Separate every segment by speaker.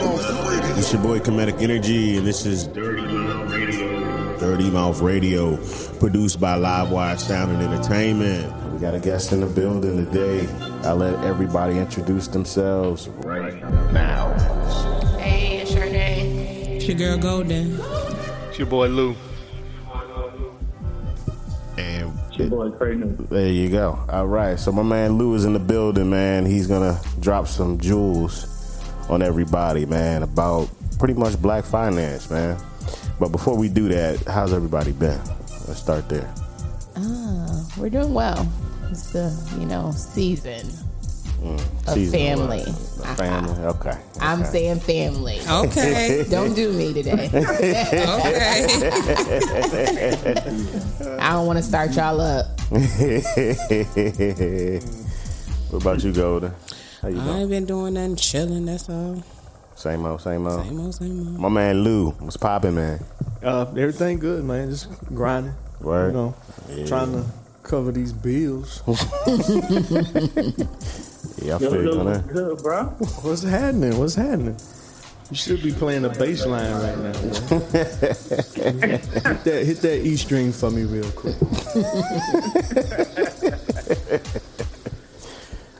Speaker 1: It's your boy Comedic Energy, and this is Dirty Mouth Radio. Dirty Mouth Radio, produced by Livewire Sound and Entertainment. We got a guest in the building today. I let everybody introduce themselves right now.
Speaker 2: Hey, it's Sharday.
Speaker 3: It's your girl Golden.
Speaker 4: It's your boy Lou.
Speaker 1: And
Speaker 5: Boy, crazy.
Speaker 1: there you go. All right, so my man Lou is in the building, man. He's gonna drop some jewels on everybody, man, about pretty much black finance, man. But before we do that, how's everybody been? Let's start there.
Speaker 2: Ah, We're doing well. It's the, you know, season. Of
Speaker 1: Season
Speaker 2: family.
Speaker 1: one. uh, A family. Okay.
Speaker 2: I'm
Speaker 1: okay.
Speaker 2: saying family.
Speaker 3: Okay.
Speaker 2: Don't do me today.
Speaker 3: Okay.
Speaker 2: I don't want to start y'all up.
Speaker 1: what about you, Golden? How you
Speaker 3: I
Speaker 1: doing?
Speaker 3: ain't been doing nothing chilling, that's all.
Speaker 1: Same old, same old.
Speaker 3: Same old, same old.
Speaker 1: My man Lou, what's popping, man?
Speaker 6: Uh, everything good, man. Just grinding.
Speaker 1: Word.
Speaker 6: You know, trying to cover these bills.
Speaker 1: Yeah, I
Speaker 5: Yo,
Speaker 1: feel you on
Speaker 5: Lou,
Speaker 1: that.
Speaker 5: good, bro.
Speaker 6: What's happening? What's happening? You should be playing the bass line right now. Man. hit that, hit that E string for me real quick.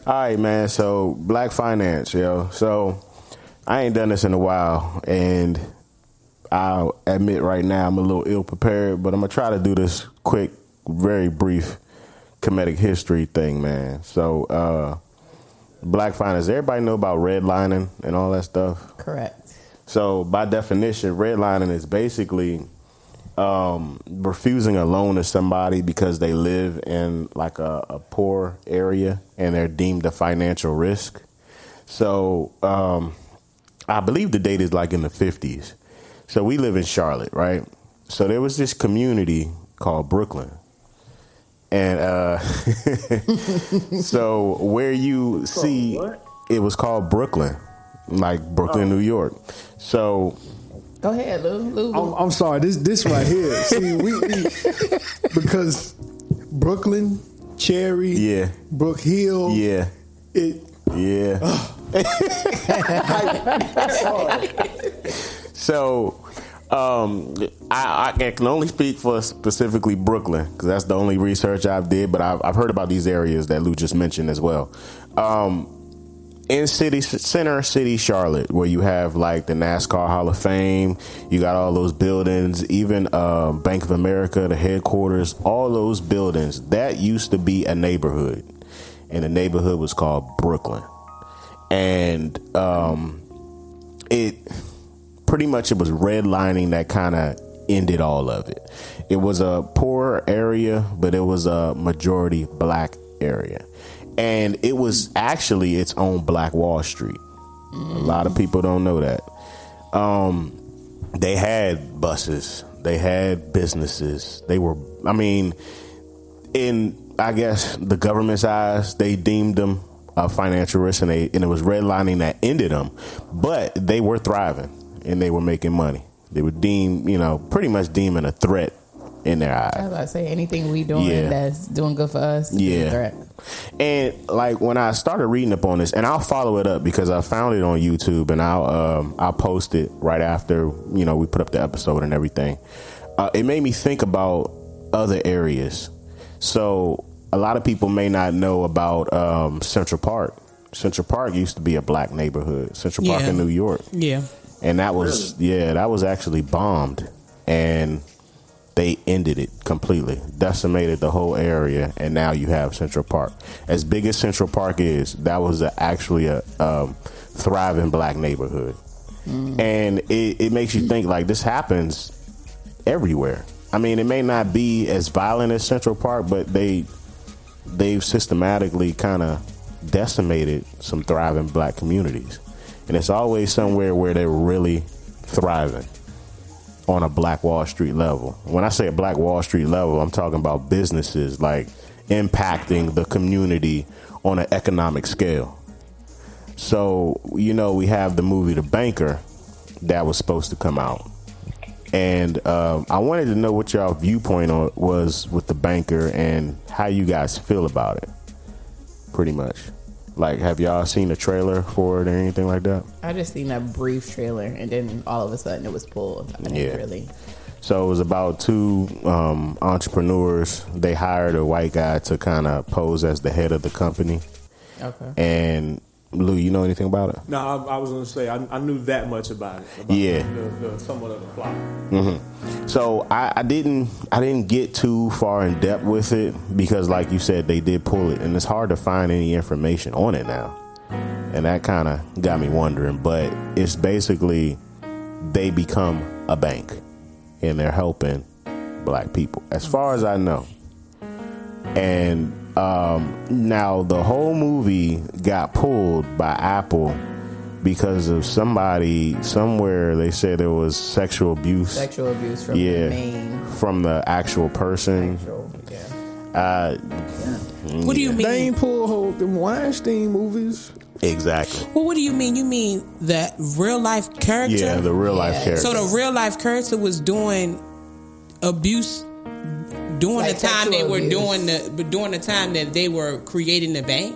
Speaker 1: All right, man. So black finance, yo. So I ain't done this in a while, and I'll admit right now I'm a little ill prepared, but I'm gonna try to do this quick, very brief comedic history thing, man. So uh black finance. Everybody know about redlining and all that stuff.
Speaker 2: Correct.
Speaker 1: So by definition, redlining is basically um, refusing a loan to somebody because they live in like a, a poor area and they're deemed a financial risk. So um, I believe the date is like in the fifties. So we live in Charlotte, right? So there was this community called Brooklyn. And uh, so where you see
Speaker 5: what?
Speaker 1: it was called Brooklyn, like Brooklyn, New York. So
Speaker 2: Go ahead, Lou. Lou.
Speaker 1: Oh.
Speaker 6: I'm, I'm sorry. This this right here. See, we, we because Brooklyn, Cherry,
Speaker 1: Yeah.
Speaker 6: Brook Hill,
Speaker 1: yeah,
Speaker 6: it
Speaker 1: yeah. so um, I, I can only speak for specifically Brooklyn because that's the only research I've did. But I've, I've heard about these areas that Lou just mentioned as well. Um, in city center city Charlotte, where you have like the NASCAR Hall of Fame, you got all those buildings, even uh, Bank of America, the headquarters, all those buildings. That used to be a neighborhood, and the neighborhood was called Brooklyn, and um, it pretty much it was redlining that kind of ended all of it. It was a poor area, but it was a majority black area. And it was actually its own Black Wall Street. A lot of people don't know that. Um, they had buses, they had businesses. They were, I mean, in I guess the government's eyes, they deemed them a financial risk, and they and it was redlining that ended them. But they were thriving and they were making money. They were deemed, you know, pretty much deeming a threat in their eyes.
Speaker 2: I was about to say anything we doing
Speaker 1: Yeah.
Speaker 2: that's doing good for us. is a
Speaker 1: Yeah.
Speaker 2: threat.
Speaker 1: And like when I started reading up on this, and I'll follow it up because I found it on YouTube, and I'll um, I'll post it right after you know we put up the episode and everything. Uh, it made me think about other areas. So a lot of people may not know about um, Central Park. Central Park used to be a black neighborhood. Central Park
Speaker 3: Yeah.
Speaker 1: in New York
Speaker 3: Yeah.
Speaker 1: and that was yeah, that was actually bombed, and they ended it completely, decimated the whole area, and now you have Central Park. As big as Central Park is, that was a, actually a um, thriving black neighborhood, and it, it makes you think like this happens everywhere. I mean, it may not be as violent as Central Park, but they they've systematically kind of decimated some thriving black communities. And it's always somewhere where they're really thriving on a Black Wall Street level. When I say a Black Wall Street level, I'm talking about businesses like impacting the community on an economic scale. So, you know, we have the movie The Banker that was supposed to come out. And um, I wanted to know what y'all viewpoint on, was with The Banker and how you guys feel about it, pretty much. Like, have y'all seen a trailer for it or anything like that?
Speaker 2: I just seen a brief trailer, and then all of a sudden it was pulled. I didn't
Speaker 1: Yeah.
Speaker 2: really.
Speaker 1: So it was about two um, entrepreneurs. They hired a white guy to kind of pose as the head of the company.
Speaker 2: Okay.
Speaker 1: And Lou, you know anything about it?
Speaker 4: No, I, I was gonna say I, I knew that much about it. About
Speaker 1: Yeah.
Speaker 4: the, the, somewhat of the plot.
Speaker 1: So I, I didn't I didn't get too far in depth with it because, like you said, they did pull it, and it's hard to find any information on it now. And that kind of got me wondering. But it's basically they become a bank, and they're helping black people, as far as I know. And um, now the whole movie got pulled by Apple because of somebody somewhere. They said there was sexual abuse
Speaker 2: Sexual abuse from
Speaker 1: Yeah.
Speaker 2: the main.
Speaker 1: from the actual person.
Speaker 2: Sure, yeah.
Speaker 1: Uh,
Speaker 3: What do you mean?
Speaker 6: They ain't pull whole the Weinstein movies.
Speaker 1: exactly.
Speaker 3: Well, what do you mean? You mean the real life character?
Speaker 1: Yeah, the real life
Speaker 2: Yeah.
Speaker 1: character.
Speaker 3: so the real life character was doing abuse during
Speaker 2: Like
Speaker 3: the time they
Speaker 2: sexual
Speaker 3: were
Speaker 2: abuse.
Speaker 3: doing the but during the time that they were creating the bank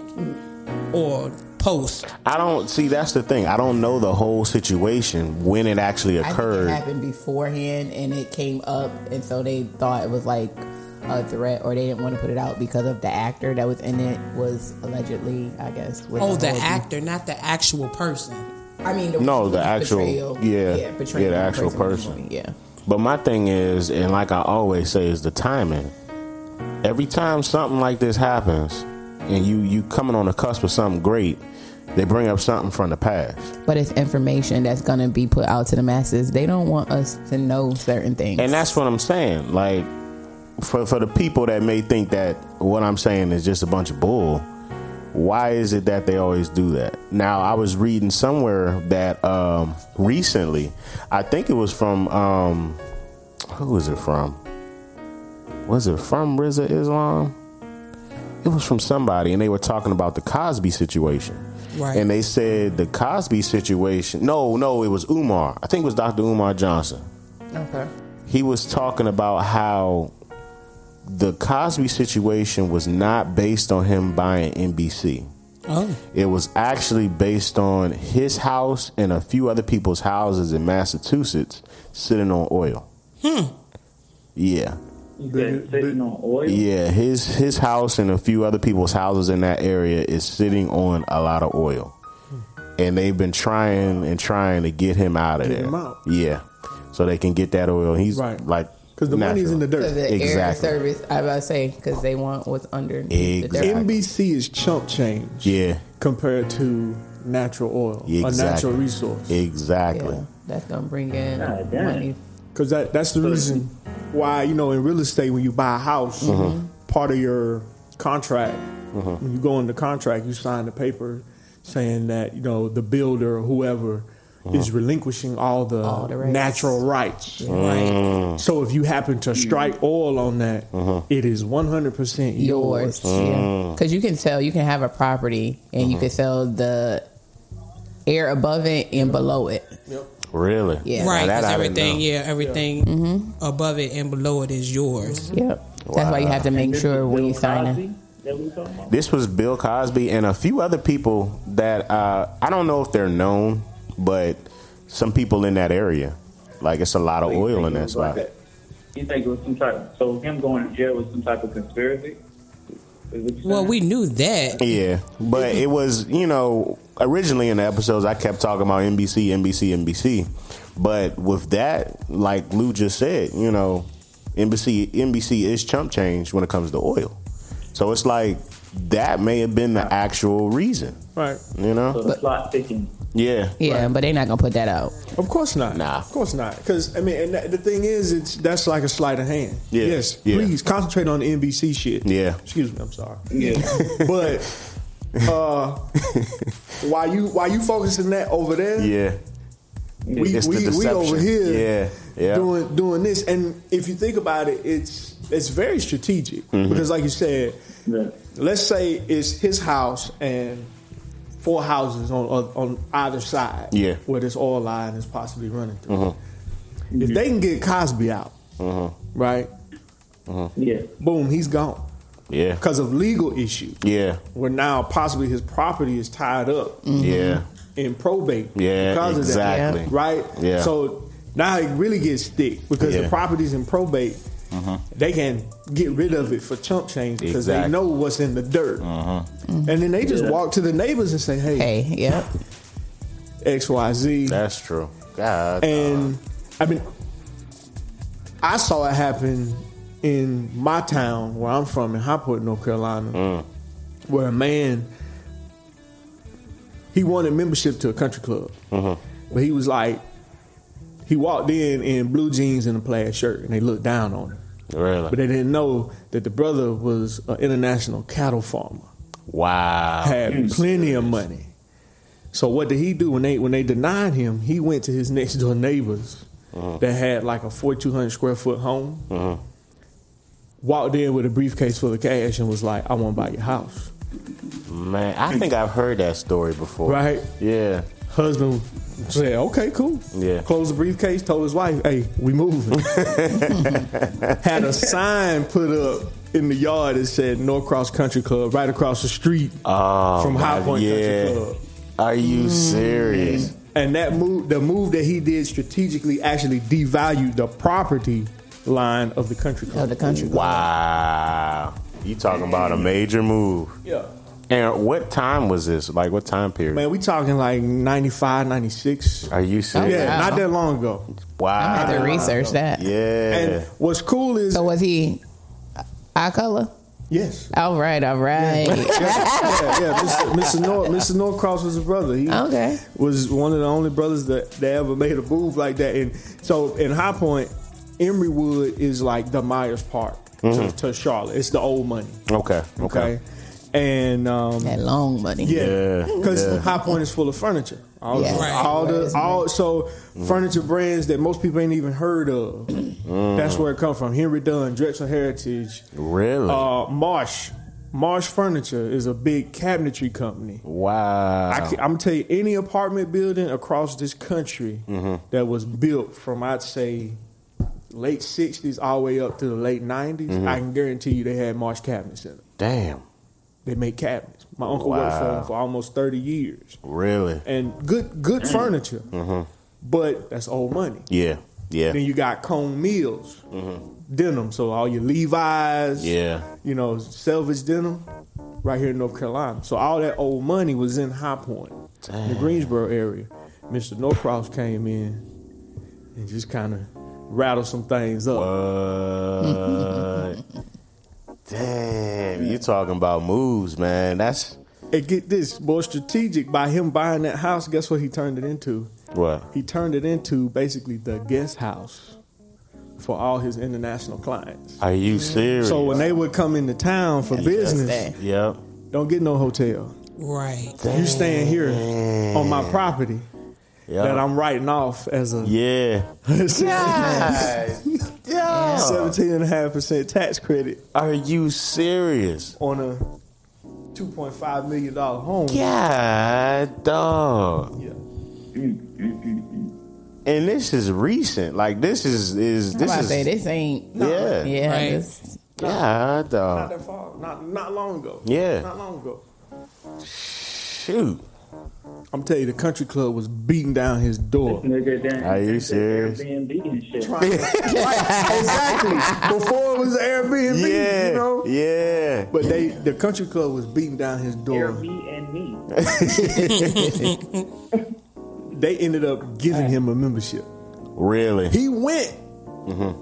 Speaker 3: or post.
Speaker 1: I don't see. That's the thing. I don't know the whole situation when it actually
Speaker 2: I
Speaker 1: occurred.
Speaker 2: think it happened beforehand, and it came up, and so they thought it was like a threat, or they didn't want to put it out because of the actor that was in it was allegedly, I guess. With
Speaker 3: Oh, the
Speaker 2: whole-
Speaker 3: actor, not the actual person.
Speaker 2: I mean, the,
Speaker 1: No, the actual-
Speaker 2: portrayal-
Speaker 1: yeah.
Speaker 2: yeah, portrayal
Speaker 1: Yeah, the
Speaker 2: of
Speaker 1: actual
Speaker 2: in the
Speaker 1: person.
Speaker 2: movie, Yeah.
Speaker 1: But my thing is, and like I always say, is the timing. Every time something like this happens, and you you coming on the cusp of something great, they bring up something from the past,
Speaker 2: But it's information that's going to be put out to the masses. They don't want us to know certain things.
Speaker 1: and that's what I'm saying. Like for for the people that may think that what I'm saying is just a bunch of bull, why is it that they always do that? Now, I was reading somewhere that um, recently, I think it was from um, who was it from? Was it from Riza Islam? It was from somebody, and they were talking about the Cosby situation.
Speaker 3: Right.
Speaker 1: And they said the Cosby situation. No, no, it was Umar. I think it was Dr. Umar Johnson
Speaker 2: okay.
Speaker 1: he was talking about how the Cosby situation was not based on him buying NBC.
Speaker 3: Oh,
Speaker 1: It was actually based on his house and a few other people's houses in Massachusetts sitting on oil. Hmm. Yeah.
Speaker 5: They're sitting on oil.
Speaker 1: Yeah, his his house and a few other people's houses in that area is sitting on a lot of oil,
Speaker 6: Hmm.
Speaker 1: and they've been trying and trying to get him out of
Speaker 6: Get
Speaker 1: there.
Speaker 6: him out.
Speaker 1: Yeah, so they can get that oil. He's
Speaker 6: Right.
Speaker 1: like
Speaker 6: Because the money's in the
Speaker 1: natural.
Speaker 2: So
Speaker 6: dirt.
Speaker 2: the air
Speaker 1: Exactly.
Speaker 2: service, I about to say, because they want what's under
Speaker 1: Exactly.
Speaker 6: NBC is chump change
Speaker 1: Yeah,
Speaker 6: compared to natural oil,
Speaker 1: Yeah,
Speaker 6: a
Speaker 1: exactly.
Speaker 6: natural resource.
Speaker 1: exactly.
Speaker 2: Yeah, that's going to bring in
Speaker 5: God damn.
Speaker 2: money.
Speaker 6: Because that, that's the reason why, you know, in real estate, when you buy a house, part of your contract, when you go into contract, you sign the paper saying that, you know, the builder or whoever
Speaker 1: Uh-huh.
Speaker 6: is relinquishing all the,
Speaker 2: All the rights.
Speaker 6: natural rights.
Speaker 3: right.
Speaker 1: Uh-huh.
Speaker 6: So if you happen to strike oil on that, it is 100% yours.
Speaker 2: Mm. yours.
Speaker 1: Mm.
Speaker 2: Yeah. Because you can sell, you can have a property and you
Speaker 1: Mm-hmm.
Speaker 2: can sell the air above it and below it.
Speaker 1: Really?
Speaker 2: Yeah.
Speaker 3: Right,
Speaker 1: Now that
Speaker 3: 'cause
Speaker 1: I didn't
Speaker 3: everything,
Speaker 1: know.
Speaker 3: yeah, everything
Speaker 6: Mm-hmm.
Speaker 3: above it and below it is yours.
Speaker 2: Yep. That's why you have to make
Speaker 5: This
Speaker 2: sure
Speaker 5: is
Speaker 2: when
Speaker 5: Bill
Speaker 2: you sign it.
Speaker 5: Cosby That we talking about.
Speaker 1: This was Bill Cosby and a few other people that uh, I don't know if they're known, but some people in that area. Like it's a lot of
Speaker 5: So you
Speaker 1: oil
Speaker 5: think
Speaker 1: in
Speaker 5: it
Speaker 1: that
Speaker 5: was like
Speaker 1: spot.
Speaker 5: You think it was some type? So him going to jail was some type of conspiracy? Is what you're
Speaker 6: Mm-hmm.
Speaker 3: Well,
Speaker 5: saying?
Speaker 3: we knew that.
Speaker 1: Yeah, but it was you know originally in the episodes I kept talking about NBC, NBC, NBC, but with that, like Lou just said, you know, NBC, NBC is chump change when it comes to oil. So it's like that may have been the actual reason,
Speaker 6: Right.
Speaker 1: you
Speaker 5: so
Speaker 1: know?
Speaker 5: the plot thickens.
Speaker 1: Yeah,
Speaker 2: Yeah, but they're not going to put that out.
Speaker 6: Of course not.
Speaker 1: Nah.
Speaker 6: Of course not. Because I mean, and that, the thing is, it's that's like a sleight of hand.
Speaker 1: Yeah.
Speaker 6: Yes.
Speaker 1: Yeah.
Speaker 6: Please concentrate on the NBC shit.
Speaker 1: Yeah.
Speaker 6: Excuse me. I'm sorry.
Speaker 5: Yeah.
Speaker 6: But uh, while you while you focusing that over there,
Speaker 1: yeah.
Speaker 6: we
Speaker 1: It's the
Speaker 6: we, we
Speaker 1: deception.
Speaker 6: over here,
Speaker 1: Yeah. Yeah.
Speaker 6: doing doing this. And if you think about it, it's it's very strategic
Speaker 1: Mm-hmm.
Speaker 6: because, like you said,
Speaker 5: Yeah.
Speaker 6: let's say it's his house and four houses on on- on either side
Speaker 1: Yeah. Uh-huh.
Speaker 6: where this oil line is possibly running through. If they can get Cosby out, right?
Speaker 5: yeah.
Speaker 6: Boom, he's gone.
Speaker 1: Yeah.
Speaker 6: because of legal issues.
Speaker 1: Yeah.
Speaker 6: Where now possibly his property is tied up
Speaker 1: Mm-hmm. Yeah.
Speaker 6: in probate.
Speaker 1: Yeah,
Speaker 6: because
Speaker 1: exactly.
Speaker 6: Of that, right.
Speaker 1: Yeah.
Speaker 6: So now it really gets thick because
Speaker 1: Yeah. Mm-hmm.
Speaker 6: the property's in probate. They can get rid of it for chump change because
Speaker 1: Exactly. Mm-hmm.
Speaker 6: they know what's in the dirt, and then they just
Speaker 5: Yeah.
Speaker 6: walk to the neighbors and say, "Hey,
Speaker 2: Hey, yep.
Speaker 6: X, Y, Z.
Speaker 1: That's true. God.
Speaker 6: And I mean, I saw it happen in my town where I'm from in Highport, North Carolina, where a man he wanted membership to a country club, but he was like, he walked in in blue jeans and a plaid shirt, and they looked down on him.
Speaker 1: really.
Speaker 6: But they didn't know that the brother was an international cattle farmer
Speaker 1: wow.
Speaker 6: had plenty of money. So what did he do when they when they denied him? He went to his next door neighbors
Speaker 1: Uh-huh.
Speaker 6: that had like a forty two hundred square foot home. Walked in with a briefcase full of cash and was like, "I want to buy your house."
Speaker 1: Man, I think I've heard that story before.
Speaker 6: Right?
Speaker 1: Yeah.
Speaker 6: Husband said, "Okay, cool."
Speaker 1: Yeah.
Speaker 6: Closed the briefcase, told his wife, "Hey, we moving." had a sign put up in the yard that said Norcross Country Club right across the street
Speaker 1: Oh,
Speaker 6: from High
Speaker 1: God,
Speaker 6: Point
Speaker 1: yeah.
Speaker 6: Country Club. Mm-hmm.
Speaker 1: Are you serious?
Speaker 6: And that move, the move that he did strategically actually devalued the property line of the country
Speaker 2: Of
Speaker 6: club.
Speaker 2: the country. club.
Speaker 1: Wow. You talking about a major move.
Speaker 6: Yeah.
Speaker 1: And what time was this? Like what time period?
Speaker 6: Man, we talking like 95, 96.
Speaker 1: Are you
Speaker 2: Oh,
Speaker 1: serious?
Speaker 6: Yeah,
Speaker 2: wow.
Speaker 6: not that long ago.
Speaker 2: I'm
Speaker 1: Wow.
Speaker 2: gonna have to research that.
Speaker 1: yeah.
Speaker 6: And what's cool is,
Speaker 2: So was he eye color?
Speaker 6: yes.
Speaker 2: All right, all right.
Speaker 6: Yeah, yeah. Mr. Mr. Nor- Mr. Norcross was a brother. He
Speaker 1: Oh.
Speaker 2: Okay.
Speaker 6: was one of the only brothers that, that ever made a move like that. And so in High Point, Emerywood is like the Myers Park to, to Charlotte. It's the old money.
Speaker 1: okay.
Speaker 6: Okay.
Speaker 1: Mm-hmm. Okay.
Speaker 6: And um,
Speaker 2: That long money.
Speaker 6: Yeah,
Speaker 1: Yeah,
Speaker 6: because
Speaker 1: yeah.
Speaker 6: High Point is full of furniture. All,
Speaker 2: Yeah.
Speaker 3: Right.
Speaker 6: all the all so furniture brands that most people ain't even heard of. That's where it come from. Henry Dunn, Drexel Heritage,
Speaker 1: Mm. Really?
Speaker 6: uh, Marsh. Marsh Furniture is a big cabinetry company.
Speaker 1: wow.
Speaker 6: I am gonna tell you, any apartment building across this country
Speaker 1: Mm-hmm.
Speaker 6: that was built from I'd say late '60s all the way up to the late '90s,
Speaker 1: Mm-hmm.
Speaker 6: I can guarantee you they had Marsh cabinets in them.
Speaker 1: Damn.
Speaker 6: They made cabinets. My uncle worked for
Speaker 1: Wow.
Speaker 6: them for almost 30 years
Speaker 1: Really?
Speaker 6: and good good
Speaker 1: Mm.
Speaker 6: furniture, but that's old money.
Speaker 1: Yeah. Mm-hmm. Yeah. Mm-hmm.
Speaker 6: Then you got cone meals, denim. So all your Levi's,
Speaker 1: Yeah.
Speaker 6: you know, selvage denim, right here in North Carolina. So all that old money was in High Point, in the Greensboro area. Mister Norcross came in and just kind of rattled some things up.
Speaker 1: What? Damn, you talking about moves, man. That's
Speaker 6: And get this, more strategic by him buying that house. Guess what he turned it into?
Speaker 1: what?
Speaker 6: He turned it into basically the guest house for all his international clients.
Speaker 1: Are you serious?
Speaker 6: So when they would come into town for business,
Speaker 2: that.
Speaker 1: Yep.
Speaker 6: don't get no hotel.
Speaker 3: Right.
Speaker 6: You staying here on my property
Speaker 1: Yep.
Speaker 6: that I'm writing off as a
Speaker 1: Yeah.
Speaker 6: 17 and a half percent tax credit
Speaker 1: Are you serious?
Speaker 6: on a 2.5 million dollar home.
Speaker 1: God, dog.
Speaker 6: Yeah.
Speaker 1: And this is recent. Like this is is
Speaker 2: I'm
Speaker 1: this
Speaker 2: about to
Speaker 1: is
Speaker 2: say this ain't.
Speaker 1: Yeah.
Speaker 2: Yeah.
Speaker 3: Right.
Speaker 2: this-
Speaker 1: God,
Speaker 6: Not
Speaker 1: dog.
Speaker 6: that far. Not not long ago.
Speaker 1: Yeah.
Speaker 6: Not long ago.
Speaker 1: Shoot.
Speaker 6: I'm telling you, the country club was beating down his door.
Speaker 5: Nigga, damn,
Speaker 1: Are you
Speaker 5: they
Speaker 1: serious?
Speaker 5: Airbnb and shit.
Speaker 6: exactly. Before it was Airbnb,
Speaker 1: Yeah.
Speaker 6: you know.
Speaker 1: Yeah.
Speaker 6: But they, the country club was beating down his door.
Speaker 5: Airbnb.
Speaker 6: They ended up giving him a membership.
Speaker 1: Really? Mm-hmm.
Speaker 6: He went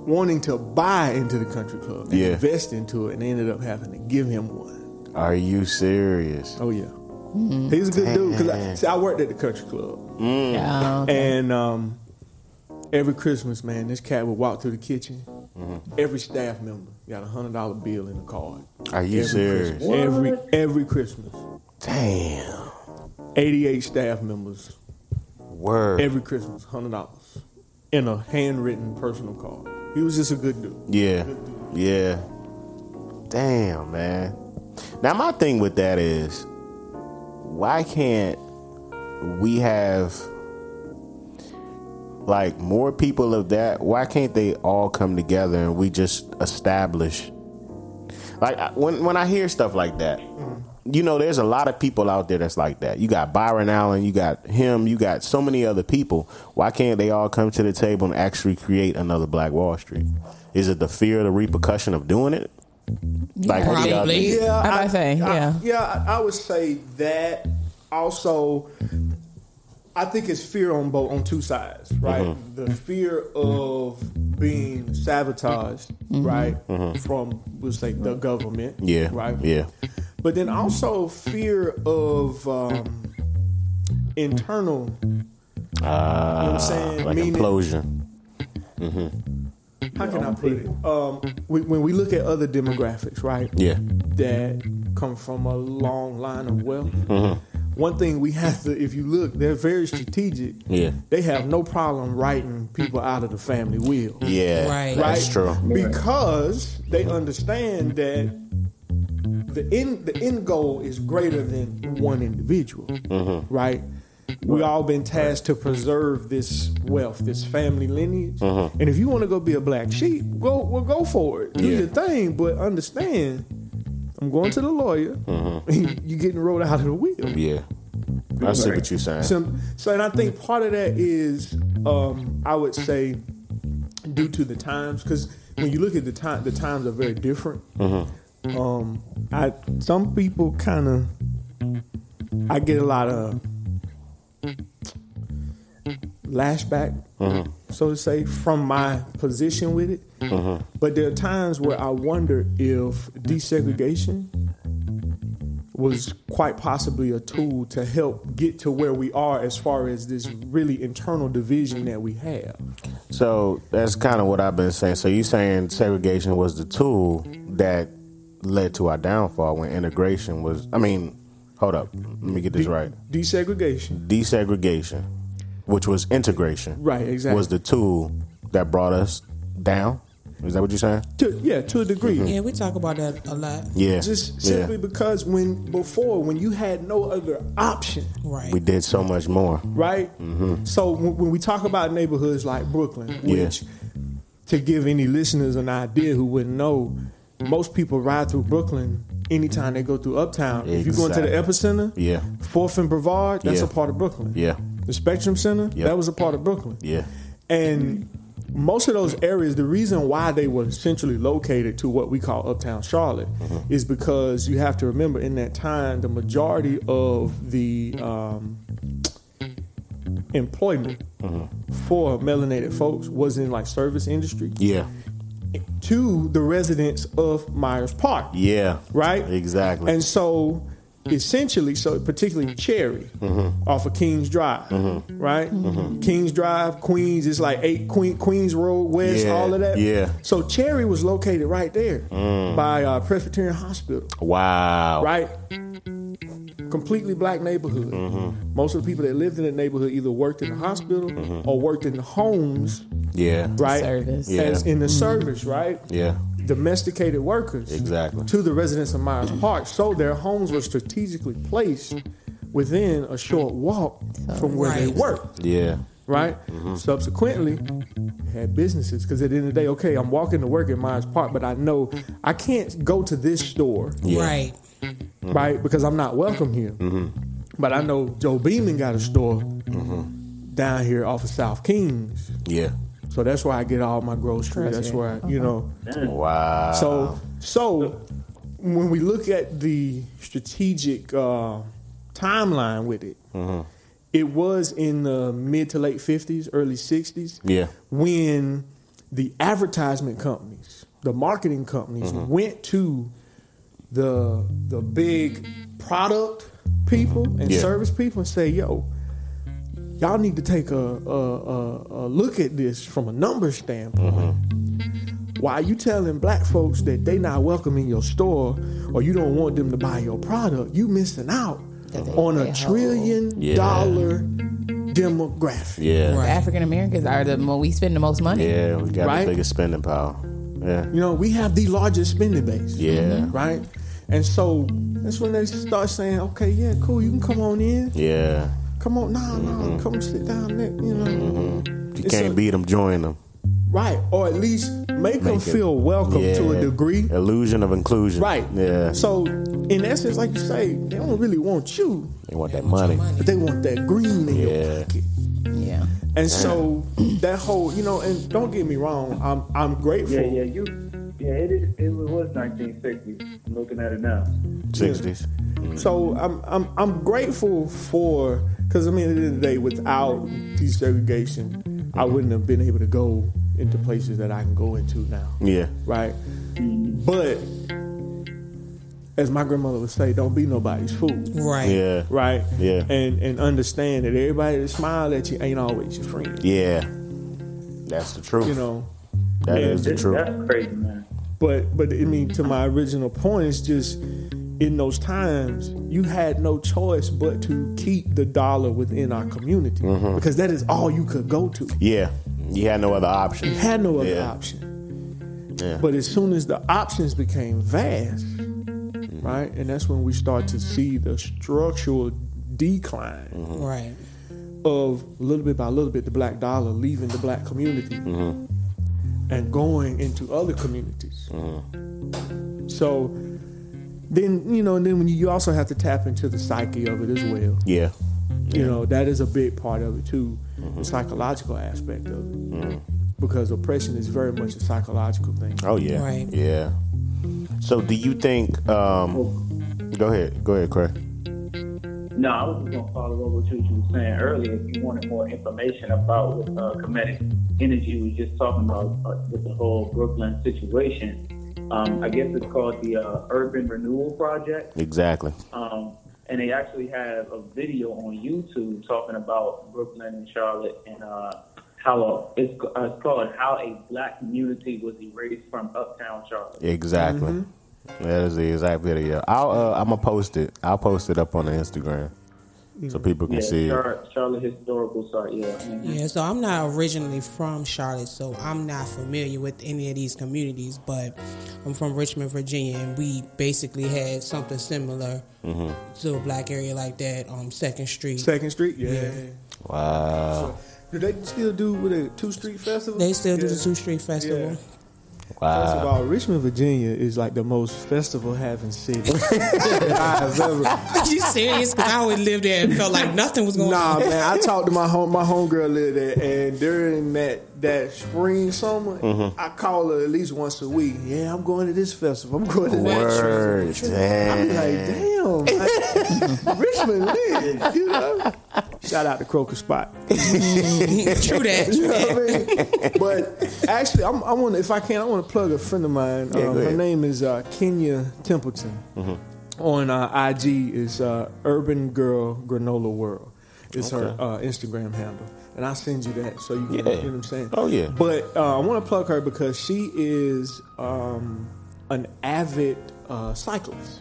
Speaker 6: wanting to buy into the country club, and
Speaker 1: Yeah.
Speaker 6: invest into it, and they ended up having to give him one.
Speaker 1: Are you serious?
Speaker 6: Oh yeah, he's a good dude. Cause I, see, I worked at the country club,
Speaker 2: Yeah.
Speaker 6: and um, every Christmas, man, this cat would walk through the kitchen. Every staff member got a hundred dollar bill in the card.
Speaker 1: Are you
Speaker 6: every
Speaker 1: serious?
Speaker 6: Christmas. Every every Christmas,
Speaker 1: Damn.
Speaker 6: eighty eight staff members
Speaker 1: Word.
Speaker 6: every Christmas, hundred dollars in a handwritten personal card. He was just a good dude.
Speaker 1: Yeah. Yeah. Damn, man. Now my thing with that is why can't we have like more people of that? Why can't they all come together and we just establish Like I- when when I hear stuff like that,
Speaker 6: Mm.
Speaker 1: you know, there's a lot of people out there that's like that. You got Byron Allen, you got him, you got so many other people. Why can't they all come to the table and actually create another Black Wall Street? Is it the fear of the repercussion of doing it? Like what y'all
Speaker 3: Probably.
Speaker 1: think?
Speaker 6: Yeah,
Speaker 2: I might say, yeah.
Speaker 6: I, yeah, I, I would say that. Also, I think it's fear on both on two sides, right?
Speaker 1: Mm-hmm.
Speaker 6: The fear of being sabotaged,
Speaker 2: Mm-hmm.
Speaker 6: right, from let's say the government,
Speaker 1: Mm-hmm. yeah,
Speaker 6: right,
Speaker 1: yeah,
Speaker 6: but then also fear of um, internal. you know what I'm saying?
Speaker 1: Ah, Uh, like
Speaker 6: Meaning-
Speaker 1: implosion.
Speaker 6: how can I put it? Um, we, when we look at other demographics, right?
Speaker 1: Yeah,
Speaker 6: that come from a long line of wealth.
Speaker 1: Mm-hmm.
Speaker 6: One thing we have to, if you look, they're very strategic.
Speaker 1: Yeah.
Speaker 6: They have no problem writing people out of the family wheel.
Speaker 1: yeah,
Speaker 3: Right.
Speaker 1: that's true.
Speaker 6: Because they understand that the end the end goal is greater than one individual.
Speaker 1: Mm-hmm.
Speaker 6: Right? We all been tasked to preserve this wealth, this family lineage.
Speaker 1: Mm-hmm.
Speaker 6: And if you want to go be a black sheep, go well go for it. Do
Speaker 1: Yeah.
Speaker 6: your thing, but understand I'm going to the lawyer.
Speaker 1: Mm-hmm.
Speaker 6: You're getting rolled out of the wheel.
Speaker 1: Yeah, I see what you're saying.
Speaker 6: Some, so, and I think part of that is, um, I would say, due to the times, because when you look at the time, the times are very different. Um, I some people kind of, I get a lot of lashback, so to say, from my position with it. But there are times where I wonder if desegregation was quite possibly a tool to help get to where we are as far as this really internal division that we have.
Speaker 1: So that's kind of what I've been saying. So you saying segregation was the tool that led to our downfall when integration was? I mean, hold up, let me get this right.
Speaker 6: Desegregation.
Speaker 1: Desegregation, which was integration,
Speaker 6: Right, exactly.
Speaker 1: was the tool that brought us down. Is that what you're saying?
Speaker 6: To, yeah, to a degree.
Speaker 3: Yeah, we talk about that a lot.
Speaker 1: Mm-hmm. Yeah,
Speaker 6: Just
Speaker 1: yeah.
Speaker 6: simply because when before when you had no other option,
Speaker 3: Right.
Speaker 1: We did so much more.
Speaker 6: right?
Speaker 1: Mm-hmm.
Speaker 6: So when, when we talk about neighborhoods like Brooklyn,
Speaker 1: Yeah.
Speaker 6: which to give any listeners an idea who wouldn't know, most people ride through Brooklyn anytime they go through Uptown. If you go into the epicenter,
Speaker 1: Yeah.
Speaker 6: Fourth and Brevard, that's
Speaker 1: Yeah.
Speaker 6: a part of Brooklyn.
Speaker 1: Yeah,
Speaker 6: The Spectrum Center,
Speaker 1: Yep.
Speaker 6: that was a part of Brooklyn.
Speaker 1: yeah,
Speaker 6: And most of those areas, the reason why they were centrally located to what we call Uptown Charlotte
Speaker 1: Mm-hmm.
Speaker 6: is because you have to remember in that time, the majority of the um, employment
Speaker 1: Mm-hmm.
Speaker 6: for melanated folks was in like service industry
Speaker 1: yeah,
Speaker 6: to the residents of Myers Park
Speaker 1: yeah.
Speaker 6: right?
Speaker 1: Exactly. Mm-hmm.
Speaker 6: And so, essentially, so particularly Cherry off of Kings Drive, right?
Speaker 1: Mm-hmm.
Speaker 6: Kings Drive, Queens, it's like eight Queen, Queens Road West,
Speaker 1: Yeah,
Speaker 6: all of that.
Speaker 1: yeah. Mm.
Speaker 6: So Cherry was located right there by uh, Presbyterian Hospital,
Speaker 1: wow.
Speaker 6: right? Completely black neighborhood.
Speaker 1: Mm-hmm.
Speaker 6: Most of the people that lived in the neighborhood either worked in the hospital or worked in the homes,
Speaker 1: Yeah.
Speaker 6: right?
Speaker 2: Service.
Speaker 1: Mm-hmm. Yeah.
Speaker 6: As in the service, right?
Speaker 1: Yeah.
Speaker 6: domesticated workers
Speaker 1: Exactly.
Speaker 6: to the residents of Myers Park. So their homes were strategically placed within a short walk from where they
Speaker 3: Right.
Speaker 6: worked,
Speaker 1: Yeah.
Speaker 6: right? Subsequently, had businesses because at the end of the day, okay, I'm walking to work in Myers Park, but I know I can't go to this store,
Speaker 1: Yeah.
Speaker 3: Right.
Speaker 6: right? Because I'm not welcome here. But I know Joe Beeman got a store down here off of South Kings.
Speaker 1: Yeah.
Speaker 6: So that's where I get all my groceries. That's where, I, you know,
Speaker 1: Wow.
Speaker 6: Mm. So, so when we look at the strategic uh, timeline with it,
Speaker 1: Mm-hmm.
Speaker 6: it was in the mid to late fifties, early sixties,
Speaker 1: Yeah.
Speaker 6: when the advertisement companies, the marketing companies,
Speaker 1: Mm-hmm.
Speaker 6: went to the the big product people and
Speaker 1: Yeah.
Speaker 6: service people and say, "Yo." Y'all need to take a, a, a, a look at this from a number standpoint.
Speaker 1: Mm-hmm.
Speaker 6: Why you telling black folks that they not welcome in your store or you don't want them to buy your product? You missing out
Speaker 2: That they-
Speaker 6: on
Speaker 2: they
Speaker 6: a
Speaker 2: hold.
Speaker 6: trillion
Speaker 1: Yeah.
Speaker 6: dollar demographic.
Speaker 1: Yeah.
Speaker 3: Right.
Speaker 2: African Americans are the mo- we spend the most money.
Speaker 1: Yeah, we got
Speaker 6: Right?
Speaker 1: the biggest spending power. Yeah.
Speaker 6: You know, we have the largest spending base.
Speaker 1: Yeah.
Speaker 6: Right? And so that's when they start saying, okay, yeah, cool, you can come on in.
Speaker 1: Yeah. Mm-hmm.
Speaker 6: Come on, nah, nah, come sit down there, you know.
Speaker 1: You
Speaker 6: It's
Speaker 1: can't
Speaker 6: a-
Speaker 1: beat them, join them.
Speaker 6: right, or at least make,
Speaker 1: Make
Speaker 6: them
Speaker 1: it-
Speaker 6: feel welcome to a
Speaker 1: Yeah.
Speaker 6: degree.
Speaker 1: Illusion of inclusion.
Speaker 6: Right.
Speaker 1: Yeah.
Speaker 6: So in essence, like you say, they don't really want you,
Speaker 1: they want that money.
Speaker 6: but they want that green in your
Speaker 1: Yeah.
Speaker 6: pocket.
Speaker 2: Yeah.
Speaker 6: And so that whole, you know, and don't get me wrong, I'm I'm grateful.
Speaker 5: Yeah, yeah, you. Yeah, it is. It was 1960. I'm looking at it now.
Speaker 1: Sixties.
Speaker 6: So I'm I'm I'm grateful for because I mean at the end of the day, without desegregation, I wouldn't have been able to go into places that I can go into now,
Speaker 1: Yeah.
Speaker 6: right? But as my grandmother would say, don't be nobody's fool,
Speaker 3: Right.
Speaker 1: Yeah.
Speaker 6: right?
Speaker 1: Yeah.
Speaker 6: and and understand that everybody that smile at you ain't always your friend,
Speaker 1: Yeah. That's the truth.
Speaker 6: you know.
Speaker 1: that
Speaker 6: and
Speaker 1: is the
Speaker 5: This-
Speaker 1: truth.
Speaker 5: That's crazy, man.
Speaker 6: But but I mean to my original point, it's just in those times you had no choice but to keep the dollar within our community because that is all you could go to.
Speaker 1: Yeah. You had no other
Speaker 6: You
Speaker 1: option.
Speaker 6: had no other
Speaker 1: Yeah.
Speaker 6: option.
Speaker 1: Yeah.
Speaker 6: But as soon as the options became vast, right, and that's when we start to see the structural decline
Speaker 3: Right.
Speaker 6: of little bit by little bit the black dollar leaving the black community and going into other communities. So then you know, and then when you, you also have to tap into the psyche of it as well.
Speaker 1: Yeah.
Speaker 6: You know that is a big part of it too, the psychological aspect of it, because oppression is very much a psychological thing.
Speaker 1: Oh yeah.
Speaker 3: Right.
Speaker 1: Yeah. So do you think
Speaker 6: Oh.
Speaker 1: um go ahead. Go ahead, Craig.
Speaker 5: No, I was just gonna follow up with what you were saying earlier. If you wanted more information about what uh, kinetic energy was just talking about uh, with the whole Brooklyn situation, um, I guess it's called the uh, Urban Renewal Project.
Speaker 1: Exactly.
Speaker 5: Um, and they actually have a video on YouTube talking about Brooklyn and Charlotte and uh, how a, it's, uh, it's called How a Black Community Was Erased from Uptown Charlotte.
Speaker 1: Exactly.
Speaker 6: Mm-hmm.
Speaker 1: That is the exact video. I'll uh, I'm gonna post it. I'll post it up on the Instagram so people can
Speaker 5: Yeah,
Speaker 1: see it.
Speaker 5: Char- Charlotte Historical Site, yeah. Mhm.
Speaker 3: Yeah, so I'm not originally from Charlotte, so I'm not familiar with any of these communities, but I'm from Richmond, Virginia, and we basically had something similar
Speaker 1: Mm-hmm.
Speaker 3: to a black area like that on Second Street.
Speaker 6: Second Street, yeah.
Speaker 1: Wow.
Speaker 6: Do they still do with a two street festival?
Speaker 3: they still do the
Speaker 6: Yeah.
Speaker 3: Two Street Festival.
Speaker 6: Yeah. First of
Speaker 1: Wow.
Speaker 6: all, Richmond, Virginia is like the most festival having city I've ever.
Speaker 3: Are you serious? Because I always lived there and felt like nothing was going
Speaker 6: Nah,
Speaker 3: on.
Speaker 6: man, I talked to my home my homegirl lived there, and during that that spring summer, I call her at least once a week. Yeah, I'm going to this festival. I'm going to that.
Speaker 1: Word.
Speaker 6: I be
Speaker 1: Damn.
Speaker 6: like, damn, like, Richmond lit, you know. Shout out to Croker Spot.
Speaker 3: True that.
Speaker 6: You know what I mean? But actually, I'm, I want to, if I can, I want to plug a friend of mine.
Speaker 1: Yeah, go
Speaker 6: um, her
Speaker 1: ahead. Mm-hmm.
Speaker 6: name is uh, Kenya Templeton. On uh, IG is uh, Urban Girl Granola World. It's her uh, Instagram handle, and I'll send you that so you can.
Speaker 1: Yeah.
Speaker 6: You know what I'm saying?
Speaker 1: Oh, yeah.
Speaker 6: But uh, I want to plug her because she is um, an avid uh, cyclist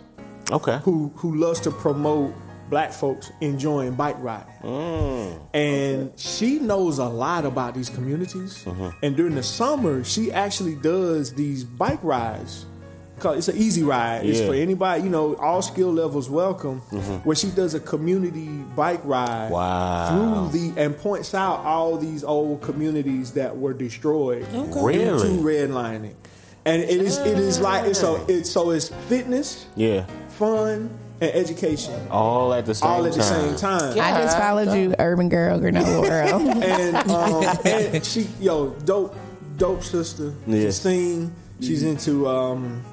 Speaker 1: Okay.
Speaker 6: who who loves to promote black folks enjoying bike riding.
Speaker 1: Mm.
Speaker 6: And she knows a lot about these communities.
Speaker 1: Mm-hmm.
Speaker 6: And during the summer, she actually does these bike rides. 'Cause It's an easy ride. It's
Speaker 1: Yeah. Mm-hmm.
Speaker 6: for anybody, you know, all skill levels welcome. Where she does a community bike ride
Speaker 1: Wow.
Speaker 6: through the and points out all these old communities that were destroyed
Speaker 1: Really?
Speaker 6: through redlining. And it is it is like it's so it's so it's fitness
Speaker 1: Yeah.
Speaker 6: fun, and education
Speaker 1: All at the same
Speaker 6: all at
Speaker 1: time.
Speaker 6: the same time.
Speaker 2: I just followed you, Urban Girl Granola World.
Speaker 6: And, um, and she, yo, dope, dope sister.
Speaker 1: Yeah. Mm-hmm.
Speaker 6: Justine, she's into um,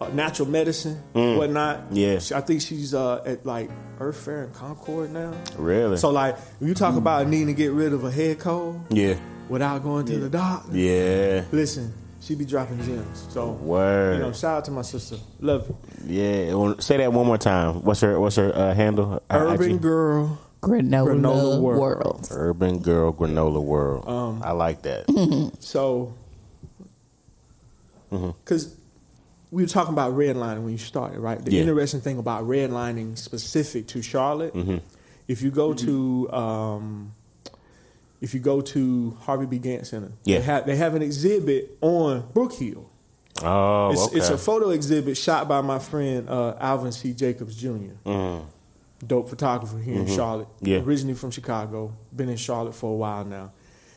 Speaker 6: uh, natural medicine, whatnot.
Speaker 1: Mm. Yeah.
Speaker 6: She- I think she's uh, at like Earth Fair and Concord now.
Speaker 1: Really?
Speaker 6: So, like, when you talk
Speaker 1: Mm.
Speaker 6: about needing to get rid of a head cold
Speaker 1: yeah.
Speaker 6: without going to the doctor,
Speaker 1: Yeah.
Speaker 6: listen, she be dropping gems. So,
Speaker 1: Word.
Speaker 6: you know, shout out to my sister. Love you.
Speaker 1: Yeah. Well, Say that one more time. What's her What's her uh, handle? Uh,
Speaker 6: Urban
Speaker 1: IG?
Speaker 6: girl.
Speaker 2: Granola,
Speaker 6: Granola World.
Speaker 2: World.
Speaker 1: Urban Girl Granola World.
Speaker 6: Um,
Speaker 1: I like that.
Speaker 6: hmm. So,
Speaker 1: Mm-hmm.
Speaker 6: because we were talking about redlining when you started, right? The
Speaker 1: Yeah.
Speaker 6: interesting thing about redlining specific to Charlotte,
Speaker 1: Mm-hmm.
Speaker 6: if you go to um, if you go to Harvey B. Gantt Center,
Speaker 1: Yeah.
Speaker 6: they have they have an exhibit on Brookhill.
Speaker 1: Oh,
Speaker 6: It's,
Speaker 1: okay.
Speaker 6: it's a photo exhibit shot by my friend uh, Alvin C. Jacobs Jr. Dope photographer here in Charlotte.
Speaker 1: Mm. Mm-hmm. Yeah.
Speaker 6: Originally from Chicago. Been in Charlotte for a while now.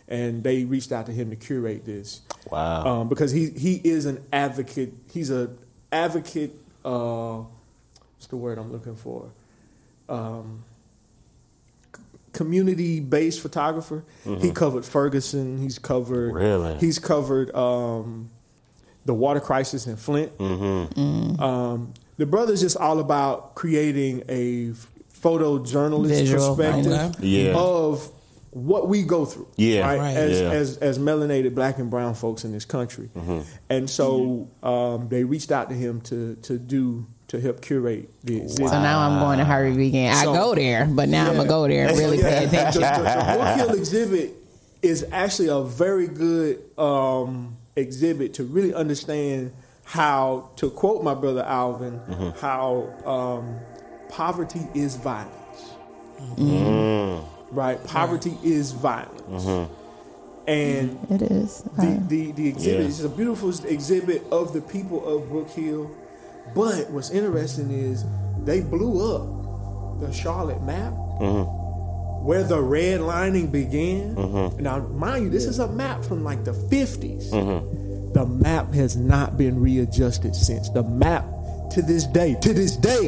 Speaker 6: and they reached out to him to curate this.
Speaker 1: Wow.
Speaker 6: Um, because he he is an advocate. He's a advocate. Uh, what's the word I'm looking for? Um, community based photographer. He covered Ferguson. He's covered.
Speaker 1: Mm-hmm. Really?
Speaker 6: He's covered um, the water crisis in Flint.
Speaker 1: Mm-hmm.
Speaker 6: Um, the brother's just all about creating a photojournalist
Speaker 2: Visual,
Speaker 6: perspective
Speaker 3: okay.
Speaker 1: Yeah.
Speaker 6: of what we go through.
Speaker 1: Yeah.
Speaker 6: Right?
Speaker 3: Right.
Speaker 6: As,
Speaker 1: Yeah.
Speaker 6: as as melanated black and brown folks in this country. And so um, they reached out to him to to do to help curate the exhibit.
Speaker 2: So now I'm going to Harvey weekend. I
Speaker 6: So-
Speaker 2: go there, but now I'm
Speaker 6: Yeah.
Speaker 2: gonna go there and really pay
Speaker 6: The,
Speaker 2: attention.
Speaker 6: the, the Brook Hill exhibit is actually a very good um, exhibit to really understand how, to quote my brother Alvin, how um, poverty is violence.
Speaker 2: Mm-hmm.
Speaker 6: Right? Poverty is violence. And
Speaker 2: It is.
Speaker 6: the, the, the exhibit
Speaker 1: Yeah.
Speaker 6: is a beautiful exhibit of the people of Brook Hill. But what's interesting is they blew up the Charlotte map where the red lining began. Now, mind you, this is a map from like the 50s. The map has not been readjusted since. The map to this day, to this day,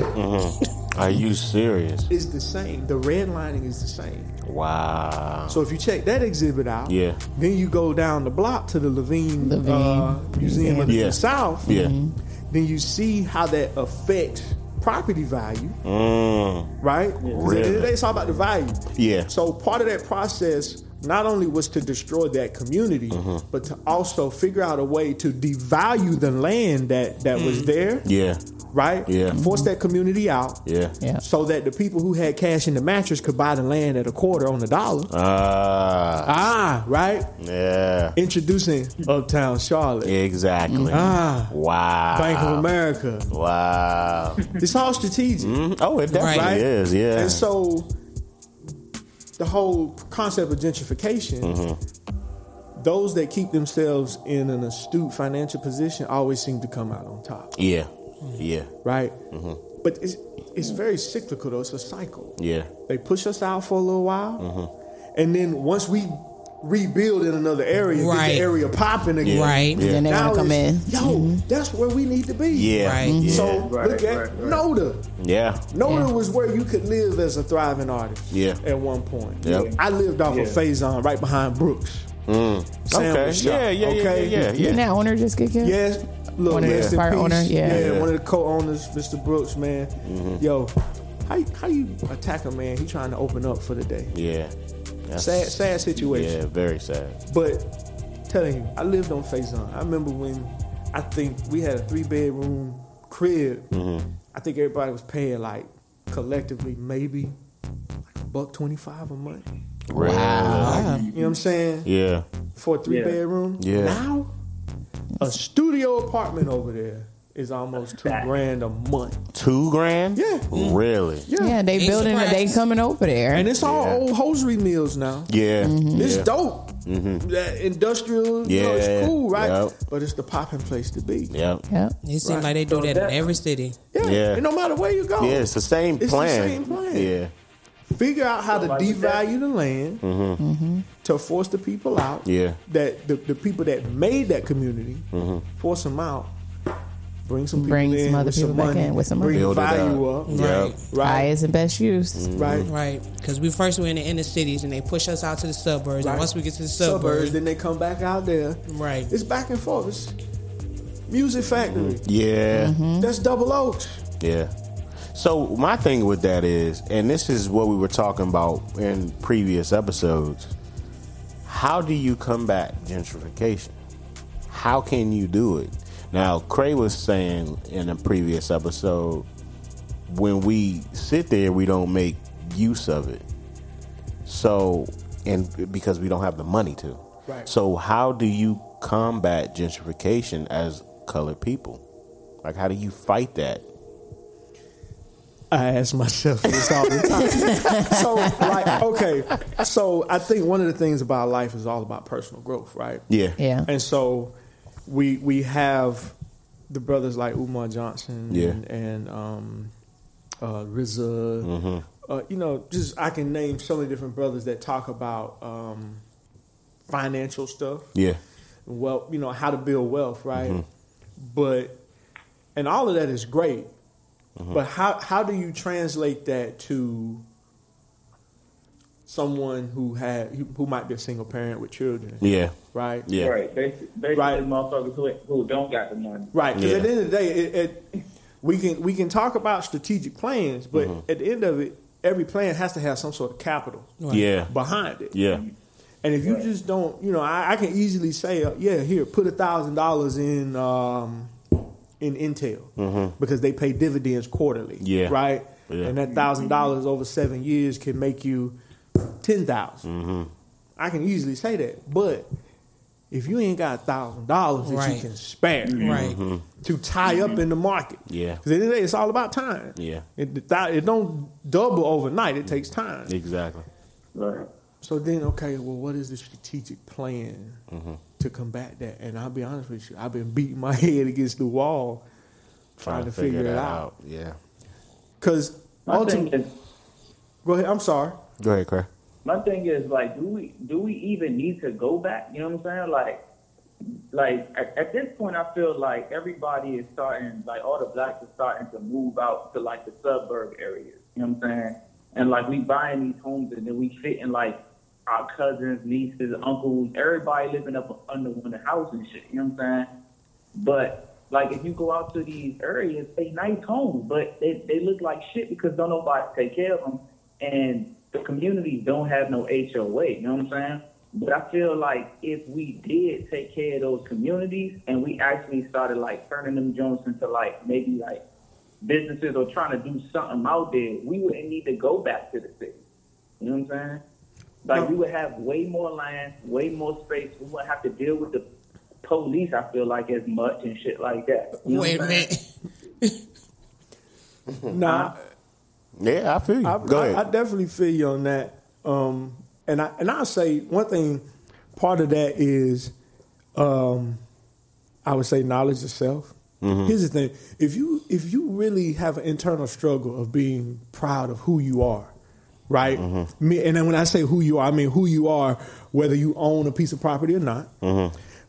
Speaker 1: Are you serious?
Speaker 6: is the same. The red lining is the same.
Speaker 1: Wow.
Speaker 6: So if you check that exhibit out,
Speaker 1: Yeah.
Speaker 6: then you go down the block to the Levine,
Speaker 2: Levine Mm-hmm.
Speaker 6: uh, Museum of the
Speaker 1: Yeah.
Speaker 6: South.
Speaker 1: Yeah.
Speaker 6: Then you see how that affects property value,
Speaker 1: Mm.
Speaker 6: right? 'Cause at the end of the day, it's all about the value.
Speaker 1: Yeah.
Speaker 6: So part of that process not only was to destroy that community,
Speaker 1: Mm-hmm.
Speaker 6: but to also figure out a way to devalue the land that that was there,
Speaker 1: Mm. Yeah.
Speaker 6: right?
Speaker 1: Yeah.
Speaker 6: Force that community out.
Speaker 1: Yeah.
Speaker 2: Yeah.
Speaker 6: So that the people who had cash in the mattress could buy the land at a quarter on the dollar.
Speaker 1: Ah.
Speaker 6: Ah, right?
Speaker 1: yeah.
Speaker 6: introducing Uptown Charlotte,
Speaker 1: Exactly.
Speaker 6: Ah.
Speaker 1: Wow.
Speaker 6: Bank of America.
Speaker 1: Wow.
Speaker 6: It's all strategic,
Speaker 1: Mm, Oh, it definitely
Speaker 6: right?
Speaker 1: is. Yeah.
Speaker 6: And so the whole concept of gentrification,
Speaker 1: Mm-hmm.
Speaker 6: those that keep themselves in an astute financial position always seem to come out on top,
Speaker 1: yeah. Yeah.
Speaker 6: right?
Speaker 1: Mm-hmm.
Speaker 6: But it's it's very cyclical though. It's a cycle.
Speaker 1: Yeah. Mm-hmm.
Speaker 6: They push us out for a little while, and then once we rebuild in another area, get
Speaker 3: Right.
Speaker 6: the area popping again.
Speaker 1: Yeah.
Speaker 3: Right.
Speaker 1: Yeah.
Speaker 2: Then they
Speaker 6: Now
Speaker 2: want to come in. Mm-hmm.
Speaker 6: it's, Yo, that's where we need to be.
Speaker 1: Yeah.
Speaker 3: Right.
Speaker 1: Yeah.
Speaker 6: So
Speaker 5: Right,
Speaker 6: look at
Speaker 5: right, right.
Speaker 6: Noda.
Speaker 1: yeah.
Speaker 6: Noda
Speaker 2: Yeah.
Speaker 6: was where you could live as a thriving artist.
Speaker 1: Yeah.
Speaker 6: At one point.
Speaker 1: Yep. Mm.
Speaker 6: I lived off of
Speaker 5: Yeah.
Speaker 6: Faison right behind Brooks.
Speaker 1: Okay.
Speaker 6: Sandwich shop,
Speaker 1: Yeah. Yeah.
Speaker 6: okay?
Speaker 1: Yeah. Yeah.
Speaker 2: Didn't
Speaker 1: Yeah.
Speaker 2: that owner just get killed?
Speaker 6: Yes. Look,
Speaker 2: One of the
Speaker 6: rest in
Speaker 2: part
Speaker 6: peace.
Speaker 2: owner, yeah.
Speaker 1: Yeah. Mm-hmm.
Speaker 6: one of the co-owners, Mr. Brooks, man. Yo, how you- how you attack a man? He trying to open up for the day.
Speaker 1: Yeah. That's-
Speaker 6: Sad sad situation.
Speaker 1: Yeah. Very sad.
Speaker 6: But telling you, I lived on Faison. I remember when I think we had a three bedroom crib. I think everybody was paying like collectively maybe like a buck twenty five a month.
Speaker 1: Really.
Speaker 6: You know what I'm saying?
Speaker 1: Yeah.
Speaker 6: For a three
Speaker 5: Yeah.
Speaker 6: bedroom.
Speaker 1: Yeah.
Speaker 6: Now a studio apartment over there is almost two
Speaker 5: Fact.
Speaker 6: grand a month.
Speaker 1: Two grand.
Speaker 6: Yeah.
Speaker 1: Really.
Speaker 2: Yeah, they
Speaker 3: Ain't
Speaker 2: building. it. They
Speaker 3: surprised.
Speaker 2: coming over there.
Speaker 6: And it's all
Speaker 1: Yeah.
Speaker 6: old hosiery mills now.
Speaker 1: Yeah.
Speaker 6: It's
Speaker 1: yeah.
Speaker 6: dope. That industrial, you
Speaker 1: Yeah.
Speaker 6: know, it's cool, right?
Speaker 1: Yep.
Speaker 6: But it's the popping place to be.
Speaker 1: Yep.
Speaker 2: Yep.
Speaker 3: It seems
Speaker 6: Right.
Speaker 3: like they do
Speaker 5: So
Speaker 3: that,
Speaker 5: that-
Speaker 3: in every city.
Speaker 6: Yeah.
Speaker 1: Yeah.
Speaker 6: And no matter where you go.
Speaker 1: Yeah, it's the same
Speaker 6: It's the
Speaker 1: plan.
Speaker 6: same plan.
Speaker 1: Yeah,
Speaker 6: Figure out how to
Speaker 5: Like
Speaker 6: devalue
Speaker 5: that.
Speaker 6: the land Mm-hmm. to force the people out.
Speaker 1: Mm-hmm. Yeah.
Speaker 6: That the, the people that made that community,
Speaker 1: Mm-hmm.
Speaker 6: force them out. Bring some people
Speaker 2: Bring
Speaker 6: in
Speaker 2: some other
Speaker 6: with
Speaker 2: people
Speaker 6: some
Speaker 2: back
Speaker 6: money.
Speaker 2: in with some
Speaker 6: bring
Speaker 2: money.
Speaker 1: Build it
Speaker 6: value
Speaker 1: up.
Speaker 6: up.
Speaker 1: Yep. Mm-hmm.
Speaker 6: Right. Mm.
Speaker 2: Highest and best use.
Speaker 6: Right.
Speaker 3: Right. Because we first were in the inner cities and they push us out to the suburbs.
Speaker 6: Right.
Speaker 3: And once we get to the
Speaker 6: Suburbs,
Speaker 3: suburbs,
Speaker 6: then they come back out there.
Speaker 3: right.
Speaker 6: It's back and forth. It's music factory.
Speaker 1: yeah,
Speaker 2: Mm-hmm.
Speaker 6: That's double oaks.
Speaker 1: yeah. So my thing with that is, and this is what we were talking about in previous episodes. How do you combat gentrification? How can you do it? Now, Cray was saying in a previous episode, when we sit there, we don't make use of it. So, and because we don't have the money to.
Speaker 6: Right.
Speaker 1: So, how do you combat gentrification as colored people? Like, how do you fight that?
Speaker 6: I ask myself this all the time. so, like, okay, so I think one of the things about life is all about personal growth, right?
Speaker 1: Yeah.
Speaker 2: Yeah.
Speaker 6: And so, we we have the brothers like Umar Johnson,
Speaker 1: Yeah.
Speaker 6: and, and um, uh, RZA.
Speaker 1: Mm-hmm.
Speaker 6: Uh, you know, just I can name so many different brothers that talk about um, financial stuff.
Speaker 1: Yeah. Mm-hmm.
Speaker 6: Well, you know how to build wealth, right? But and all of that is great.
Speaker 1: Mm-hmm.
Speaker 6: But how how do you translate that to someone who had who who might be a single parent with children,
Speaker 1: Yeah.
Speaker 6: right?
Speaker 1: Yeah.
Speaker 5: Right. Basically, basically
Speaker 6: Right.
Speaker 5: motherfuckers who, who don't got the money.
Speaker 6: Right. Because
Speaker 1: Yeah.
Speaker 6: at the end of the day, it, it, we can we can talk about strategic plans, but
Speaker 1: Mm-hmm.
Speaker 6: at the end of it, every plan has to have some sort of capital
Speaker 1: Yeah.
Speaker 6: behind it.
Speaker 1: Yeah.
Speaker 6: And if you just don't, you know, I, I can easily say, uh, yeah, here, put a thousand dollars in um, in Intel because they pay dividends quarterly.
Speaker 1: Mm-hmm. Yeah.
Speaker 6: Right.
Speaker 1: Yeah.
Speaker 6: And that thousand dollars over seven years can make you ten
Speaker 1: Mm-hmm.
Speaker 6: I can easily say that, but if you ain't got a thousand dollars that
Speaker 3: Right.
Speaker 6: you can spare,
Speaker 3: Right. Mm-hmm.
Speaker 6: to tie up in the market.
Speaker 1: Mm-hmm. Yeah.
Speaker 6: Because at the end of the day, it's all about time.
Speaker 1: Yeah.
Speaker 6: It, it don't- it don't double overnight. It takes time.
Speaker 1: Exactly.
Speaker 5: Right.
Speaker 6: So then, okay, well, what is the strategic plan to combat that? And I'll be honest with you, I've been beating my head against the wall trying, to figure, it out.
Speaker 1: Yeah.
Speaker 6: Because
Speaker 5: My thing
Speaker 6: ultimately,
Speaker 5: is,
Speaker 6: go ahead. I'm sorry.
Speaker 1: Go ahead, Craig.
Speaker 5: my thing is like, do we do we even need to go back? You know what I'm saying? Like, like at, at this point, I feel like everybody is starting, like all the blacks are starting to move out to like the suburb areas. You know what I'm saying? And like we buying these homes and then we fitting like our cousins, nieces, uncles, everybody living up under one house and shit. You know what I'm saying? But like if you go out to these areas, they nice homes, but they, they look like shit because don't nobody take care of them, and the communities don't have no HOA. You know what I'm saying? But I feel like if we did take care of those communities and we actually started like turning them joints into like maybe like businesses or trying to do something out there, we wouldn't need to go back to the city. You know what I'm saying? Like we would have way more land, way more space. We wouldn't have to deal with the police. I feel like as much and shit like that. You know
Speaker 3: Wait a
Speaker 5: what I'm saying?
Speaker 3: minute.
Speaker 6: Nah,
Speaker 1: Yeah, I feel you.
Speaker 6: I,
Speaker 1: Go
Speaker 6: I, I
Speaker 1: ahead.
Speaker 6: definitely feel you on that. Um, and I and I'll say one thing. Part of that is, um, I would say knowledge of self. Here's the thing: if you if you really have an internal struggle of being proud of who you are, right? Me, and then when I say who you are, I mean who you are, whether you own a piece of property or not,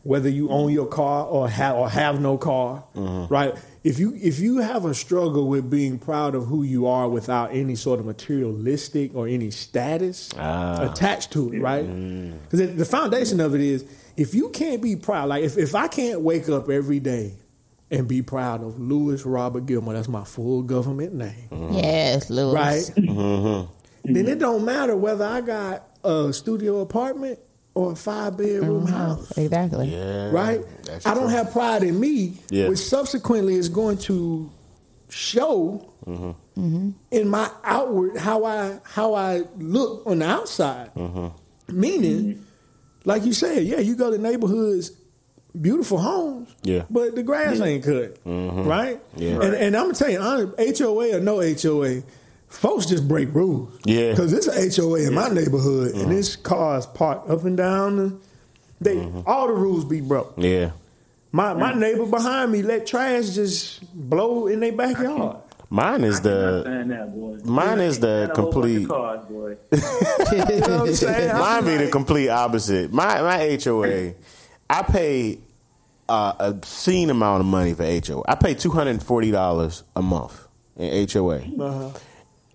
Speaker 6: whether you own your car or have or have no car, right? If you if you have a struggle with being proud of who you are without any sort of materialistic or any status attached to it, right? Because the foundation of it is if you can't be proud, like if, if I can't wake up every day and be proud of Lewis Robert Gilmore, that's my full government name
Speaker 2: Mm-hmm. Yes, Lewis.
Speaker 6: right? Then it don't matter whether I got a studio apartment or a five bedroom
Speaker 2: Mm-hmm.
Speaker 6: house,
Speaker 2: Exactly.
Speaker 1: yeah.
Speaker 6: right?
Speaker 1: that's
Speaker 6: I don't
Speaker 1: true.
Speaker 6: have pride in me,
Speaker 1: Yeah.
Speaker 6: which subsequently is going to show
Speaker 1: Mm-hmm.
Speaker 6: in my outward how I how I look on the outside.
Speaker 1: Mm-hmm.
Speaker 6: Meaning, like you said, yeah, you go to neighborhoods, beautiful homes,
Speaker 1: Yeah. Mm-hmm.
Speaker 6: but the grass ain't cut, right?
Speaker 1: Yeah.
Speaker 6: And, and I'm gonna tell you, honest, HOA or no HOA, folks just break rules.
Speaker 1: Yeah. Mm-hmm.
Speaker 6: because it's a HOA in my neighborhood, and this cars parked up and down. the- They
Speaker 1: Mm-hmm.
Speaker 6: all the rules be broke.
Speaker 1: Yeah.
Speaker 6: My my
Speaker 1: Mm.
Speaker 6: neighbor behind me let trash just blow in their backyard.
Speaker 1: Mine is
Speaker 5: I'm
Speaker 1: the
Speaker 5: saying that, boy.
Speaker 1: mine is the
Speaker 5: And a whole bunch
Speaker 1: complete
Speaker 5: of Cars, boy.
Speaker 6: You know what I'm saying? I'm
Speaker 1: mine be the
Speaker 6: like,
Speaker 1: complete opposite. My my HOA, I pay uh, obscene amount of money for HOA. I pay two hundred and forty dollars a month in HOA,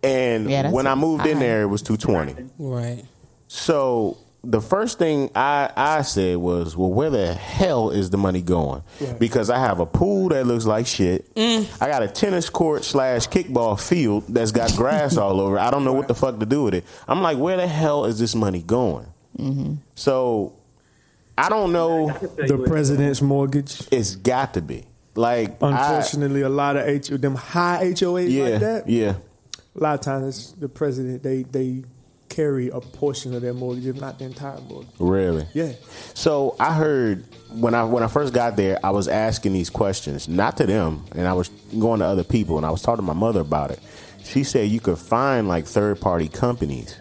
Speaker 1: and
Speaker 2: Yeah, that's
Speaker 1: when I moved in
Speaker 2: high.
Speaker 1: there, it was two twenty.
Speaker 3: Right.
Speaker 1: So the first thing I, I said was, well, where the hell is the money going? Because I have a pool that looks like shit.
Speaker 6: Mm.
Speaker 1: I got a tennis court slash kickball field that's got grass all over. it. I don't know what the fuck to do with it. I'm like, where the hell is this money going?
Speaker 6: Mm-hmm.
Speaker 1: So I don't know.
Speaker 5: I can tell you
Speaker 6: the
Speaker 5: what-
Speaker 6: president's mortgage.
Speaker 1: It's got to be like, I,
Speaker 6: Unfortunately, a lot of H them high HOAs
Speaker 1: yeah,
Speaker 6: like that.
Speaker 1: yeah,
Speaker 6: A lot of times, it's the president they they carry a portion of their mortgage, if not the entire mortgage.
Speaker 1: really,
Speaker 6: Yeah.
Speaker 1: So I heard when I when I first got there, I was asking these questions, not to them, and I was going to other people, and I was talking to my mother about it. She said you could find like third party companies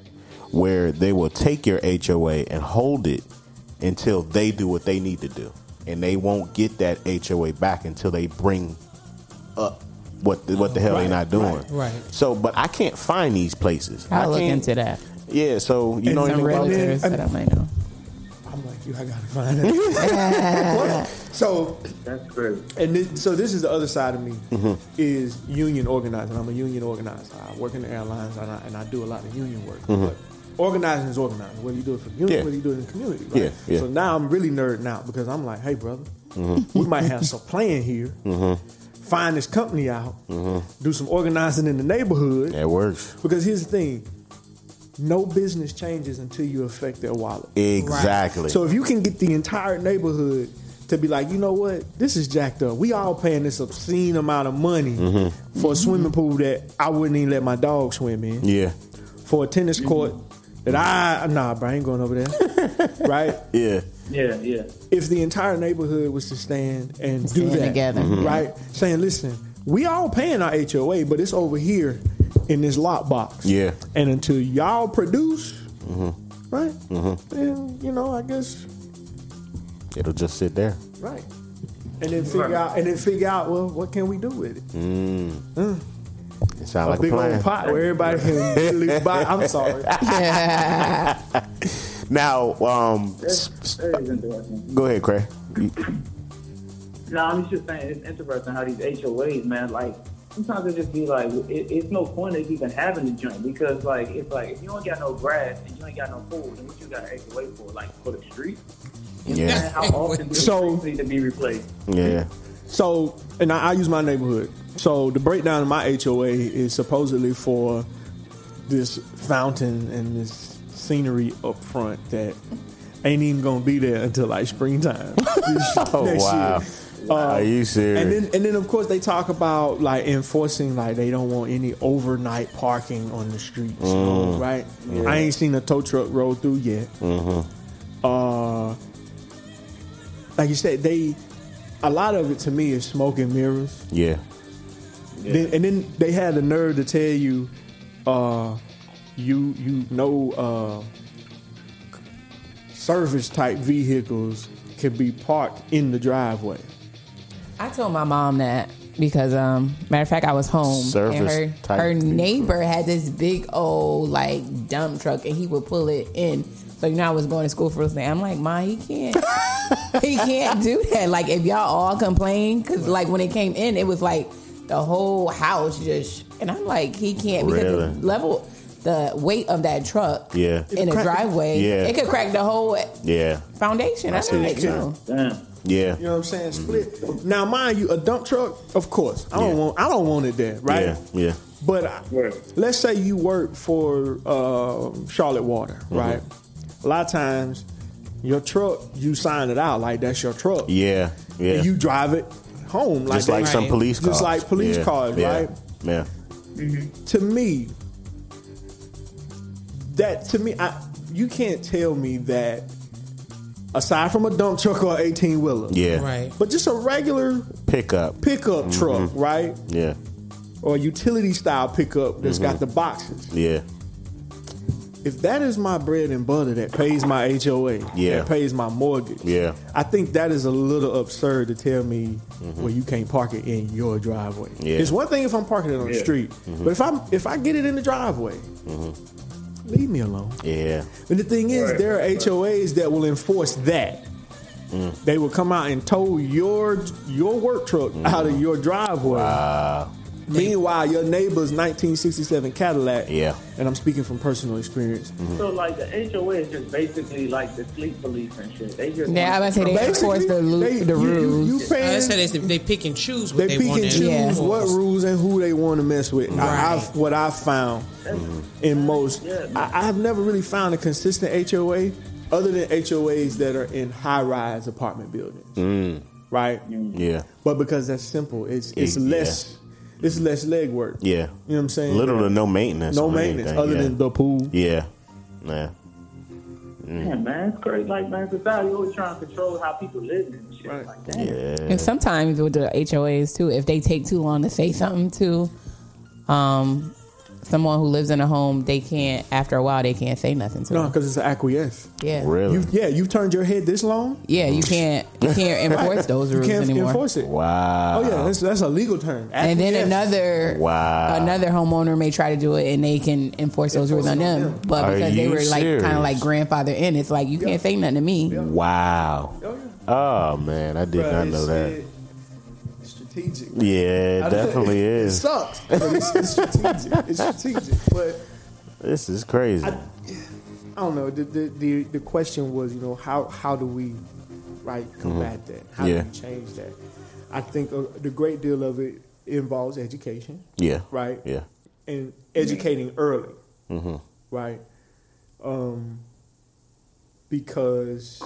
Speaker 1: where they will take your HOA and hold it until they do what they need to do, and they won't get that HOA back until they bring up what the, what the hell they're not doing.
Speaker 3: right, right.
Speaker 1: So, but I can't find these places. I
Speaker 2: I'll look
Speaker 1: can't-
Speaker 2: into that.
Speaker 1: Yeah. So you know
Speaker 2: Some
Speaker 1: anything about
Speaker 6: then-
Speaker 2: realtors that I might know.
Speaker 6: I'm like, you, I gotta find it. so,
Speaker 5: That's crazy.
Speaker 6: and this, so this is the other side of me
Speaker 1: Mm-hmm.
Speaker 6: is union organizing. I'm a union organizer. I work in the airlines and I, and I do a lot of union work. But organizing is organizing. Whether you do it for the
Speaker 1: Mm-hmm.
Speaker 6: union,
Speaker 1: Yeah.
Speaker 6: whether you do it in the community. Right?
Speaker 1: Yeah, yeah. Mm-hmm.
Speaker 6: So now I'm really nerding out because I'm like, hey, brother, we might have some plan here. Find this company out.
Speaker 1: Mm-hmm.
Speaker 6: Do some organizing in the neighborhood.
Speaker 1: That works.
Speaker 6: Because here's the thing. No business changes until you affect their wallet.
Speaker 1: Exactly.
Speaker 6: So if you can get the entire neighborhood to be like, you know what, this is jacked up. We all paying this obscene amount of money for a swimming pool that I wouldn't even let my dog swim in,
Speaker 1: yeah.
Speaker 6: for a tennis court that I nah, bro, I ain't going over there, right?
Speaker 1: Yeah.
Speaker 5: Yeah, yeah.
Speaker 6: If the entire neighborhood was to stand and do
Speaker 2: Stand
Speaker 6: that
Speaker 2: together. Mhm.
Speaker 6: right? Saying, listen, we all paying our HOA, but it's over here in this lot box,
Speaker 1: Yeah.
Speaker 6: And until y'all produce, right? Then you know, I guess
Speaker 1: It'll just sit there.
Speaker 6: Right. And then figure out and then figure out well what can we do with it?
Speaker 1: It sounds
Speaker 6: a
Speaker 1: like
Speaker 6: big
Speaker 1: a plan.
Speaker 6: old pot where everybody can literally buy I'm sorry.
Speaker 1: Now, um,
Speaker 5: That's, that is interesting.
Speaker 1: go ahead, Craig.
Speaker 5: No, I'm just saying it's interesting how these HOAs, man, like sometimes it just be like it, it's no point of even having the joint because like it's like if you ain't got no grass and you ain't got no pool, then what you got an HOA for? Like for the street?
Speaker 1: Yeah.
Speaker 5: Man, how often do
Speaker 6: So-
Speaker 5: so, need to be replaced?
Speaker 1: Yeah.
Speaker 6: So and I, I use my neighborhood. So the breakdown of my HOA is supposedly for this fountain and this scenery up front that ain't even gonna be there until like springtime.
Speaker 1: Oh,
Speaker 6: next
Speaker 1: wow.
Speaker 6: year. Uh, Um,
Speaker 1: Are you serious?
Speaker 6: And then, and then, of course, they talk about like enforcing, like they don't want any overnight parking on the streets, right? I ain't seen a tow truck roll through yet. Uh, like you said, they a lot of it to me is smoke and mirrors.
Speaker 1: yeah.
Speaker 6: Then, and then they had the nerve to tell you, uh, you you know, uh, service type vehicles can be parked in the driveway.
Speaker 2: I told my mom that because, um, matter of fact, I was home and
Speaker 1: Service
Speaker 2: her
Speaker 1: type
Speaker 2: her
Speaker 1: people.
Speaker 2: neighbor had this big old like dump truck and he would pull it in. So you know, I was going to school for this thing. I'm like, Ma, he can't, he can't do that. Like if y'all all complain, because like when it came in, it was like the whole house just, and I'm like, he can't because
Speaker 1: Really?
Speaker 2: the level. The weight of that truck
Speaker 1: Yeah.
Speaker 2: in a
Speaker 6: Crack-
Speaker 2: driveway,
Speaker 1: Yeah.
Speaker 2: it could crack the whole
Speaker 1: Yeah.
Speaker 2: foundation.
Speaker 1: I
Speaker 2: I
Speaker 1: see
Speaker 2: am
Speaker 1: what
Speaker 2: like,
Speaker 1: you're
Speaker 2: no.
Speaker 5: Damn.
Speaker 1: Yeah.
Speaker 6: You know what I'm saying? Split. Now, mind you, a dump truck, of course, I don't
Speaker 1: Mm-hmm. Yeah.
Speaker 6: want, I don't want it there, right?
Speaker 1: Yeah. Yeah.
Speaker 6: But I,
Speaker 5: Right.
Speaker 6: let's say you work for um Charlotte Water,
Speaker 1: Mm-hmm.
Speaker 6: right? A lot of times, your truck, you sign it out like that's your truck.
Speaker 1: Yeah. Yeah.
Speaker 6: And you drive it home, like
Speaker 1: just like
Speaker 6: that.
Speaker 1: some
Speaker 3: Right.
Speaker 1: police
Speaker 6: Just
Speaker 1: cars.
Speaker 6: like police
Speaker 1: yeah.
Speaker 6: cars,
Speaker 1: yeah.
Speaker 6: right?
Speaker 1: Yeah.
Speaker 6: to me, that to me, I you can't tell me that aside from a dump truck or eighteen wheeler,
Speaker 1: Yeah.
Speaker 3: Right.
Speaker 6: but just a regular
Speaker 1: Pickup.
Speaker 6: pickup
Speaker 1: Mm-hmm.
Speaker 6: truck, right?
Speaker 1: Yeah.
Speaker 6: or utility style pickup that's
Speaker 1: Mm-hmm.
Speaker 6: got the boxes.
Speaker 1: Yeah.
Speaker 6: If that is my bread and butter that pays my HOA,
Speaker 1: Yeah.
Speaker 6: that pays my mortgage,
Speaker 1: Yeah.
Speaker 6: I think that is a little absurd to tell me well you can't park it in your driveway.
Speaker 1: Mm-hmm. Yeah. Mm-hmm.
Speaker 6: It's one thing if I'm parking it on the
Speaker 5: Yeah.
Speaker 6: street, but if I if I get it in the driveway,
Speaker 1: Mm-hmm.
Speaker 6: leave me alone.
Speaker 1: Yeah.
Speaker 6: And the thing is,
Speaker 5: Right.
Speaker 6: there are HOAs that will enforce that.
Speaker 1: Mm.
Speaker 6: They will come out and tow your your work truck
Speaker 1: Mm-hmm.
Speaker 6: out of your driveway.
Speaker 1: Wow.
Speaker 6: Meanwhile, your neighbor's 1967 Cadillac.
Speaker 1: Yeah. Mm-hmm.
Speaker 6: And I'm speaking from personal experience.
Speaker 5: So like the HOA is just basically like the sleep police and shit. They just
Speaker 2: Yeah, I was gonna say they enforce the, lo-
Speaker 6: they-
Speaker 2: the
Speaker 6: you- you-
Speaker 2: rules.
Speaker 6: You,
Speaker 3: Uh,
Speaker 6: paying,
Speaker 3: so they, they pick and choose
Speaker 6: they,
Speaker 3: what they,
Speaker 6: pick
Speaker 3: want
Speaker 6: and
Speaker 3: to
Speaker 6: choose
Speaker 2: enforce.
Speaker 6: what rules and who they want to mess with. I, I've,
Speaker 3: Right.
Speaker 6: what I've found in most,
Speaker 5: Yeah, man.
Speaker 6: I, I've never really found a consistent HOA other than HOAs that are in high-rise apartment buildings, right?
Speaker 1: Yeah.
Speaker 6: But because that's simple, it's it's
Speaker 1: Mm. It-
Speaker 6: less it's less legwork.
Speaker 1: Yeah.
Speaker 6: You know what I'm saying?
Speaker 1: Little to no maintenance.
Speaker 6: no
Speaker 1: on
Speaker 6: maintenance
Speaker 1: anything,
Speaker 6: other
Speaker 1: yeah.
Speaker 6: than the pool.
Speaker 1: Yeah. Yeah.
Speaker 5: Man, man, it's crazy. Like man, society always trying to control how people live and shit.
Speaker 6: Right.
Speaker 5: Like that.
Speaker 1: Yeah.
Speaker 2: And sometimes with the HOAs too, if they take too long to say something too, um, someone who lives in a home, they can't. After a while, they can't say nothing to
Speaker 6: No,
Speaker 2: them.
Speaker 6: because it's an acquiesce.
Speaker 2: Yeah,
Speaker 1: Really?
Speaker 6: You yeah, you've turned your head this long.
Speaker 2: yeah. You can't. You can't enforce those
Speaker 6: You
Speaker 2: rules
Speaker 6: can't
Speaker 2: anymore.
Speaker 6: enforce it.
Speaker 1: wow.
Speaker 6: Oh yeah, that's, that's a legal term.
Speaker 2: and then
Speaker 6: Acquiesce.
Speaker 2: another
Speaker 1: Wow.
Speaker 2: another homeowner may try to do it and they can enforce those rules on
Speaker 6: Enforce it on
Speaker 2: them.
Speaker 6: them.
Speaker 2: But
Speaker 1: Are
Speaker 2: because they
Speaker 1: you
Speaker 2: were like kind
Speaker 1: serious?
Speaker 2: of like grandfather in, it's like you can't say nothing to me.
Speaker 1: Wow.
Speaker 6: Oh, yeah.
Speaker 1: Oh man, I did
Speaker 6: Bruh,
Speaker 1: not know
Speaker 6: it's-
Speaker 1: that.
Speaker 6: it- it's strategic.
Speaker 1: Yeah, it definitely
Speaker 6: It
Speaker 1: is.
Speaker 6: sucks, but it's, it's strategic. It's strategic, but
Speaker 1: This is crazy.
Speaker 6: I don't know. The the, the, the question was, you know, how how do we right combat that? How
Speaker 1: Mm-hmm. Yeah.
Speaker 6: do we change that? I think uh, the great deal of it involves education,
Speaker 1: yeah.
Speaker 6: right?
Speaker 1: Yeah.
Speaker 6: and educating early,
Speaker 1: hmm
Speaker 6: right? Um, because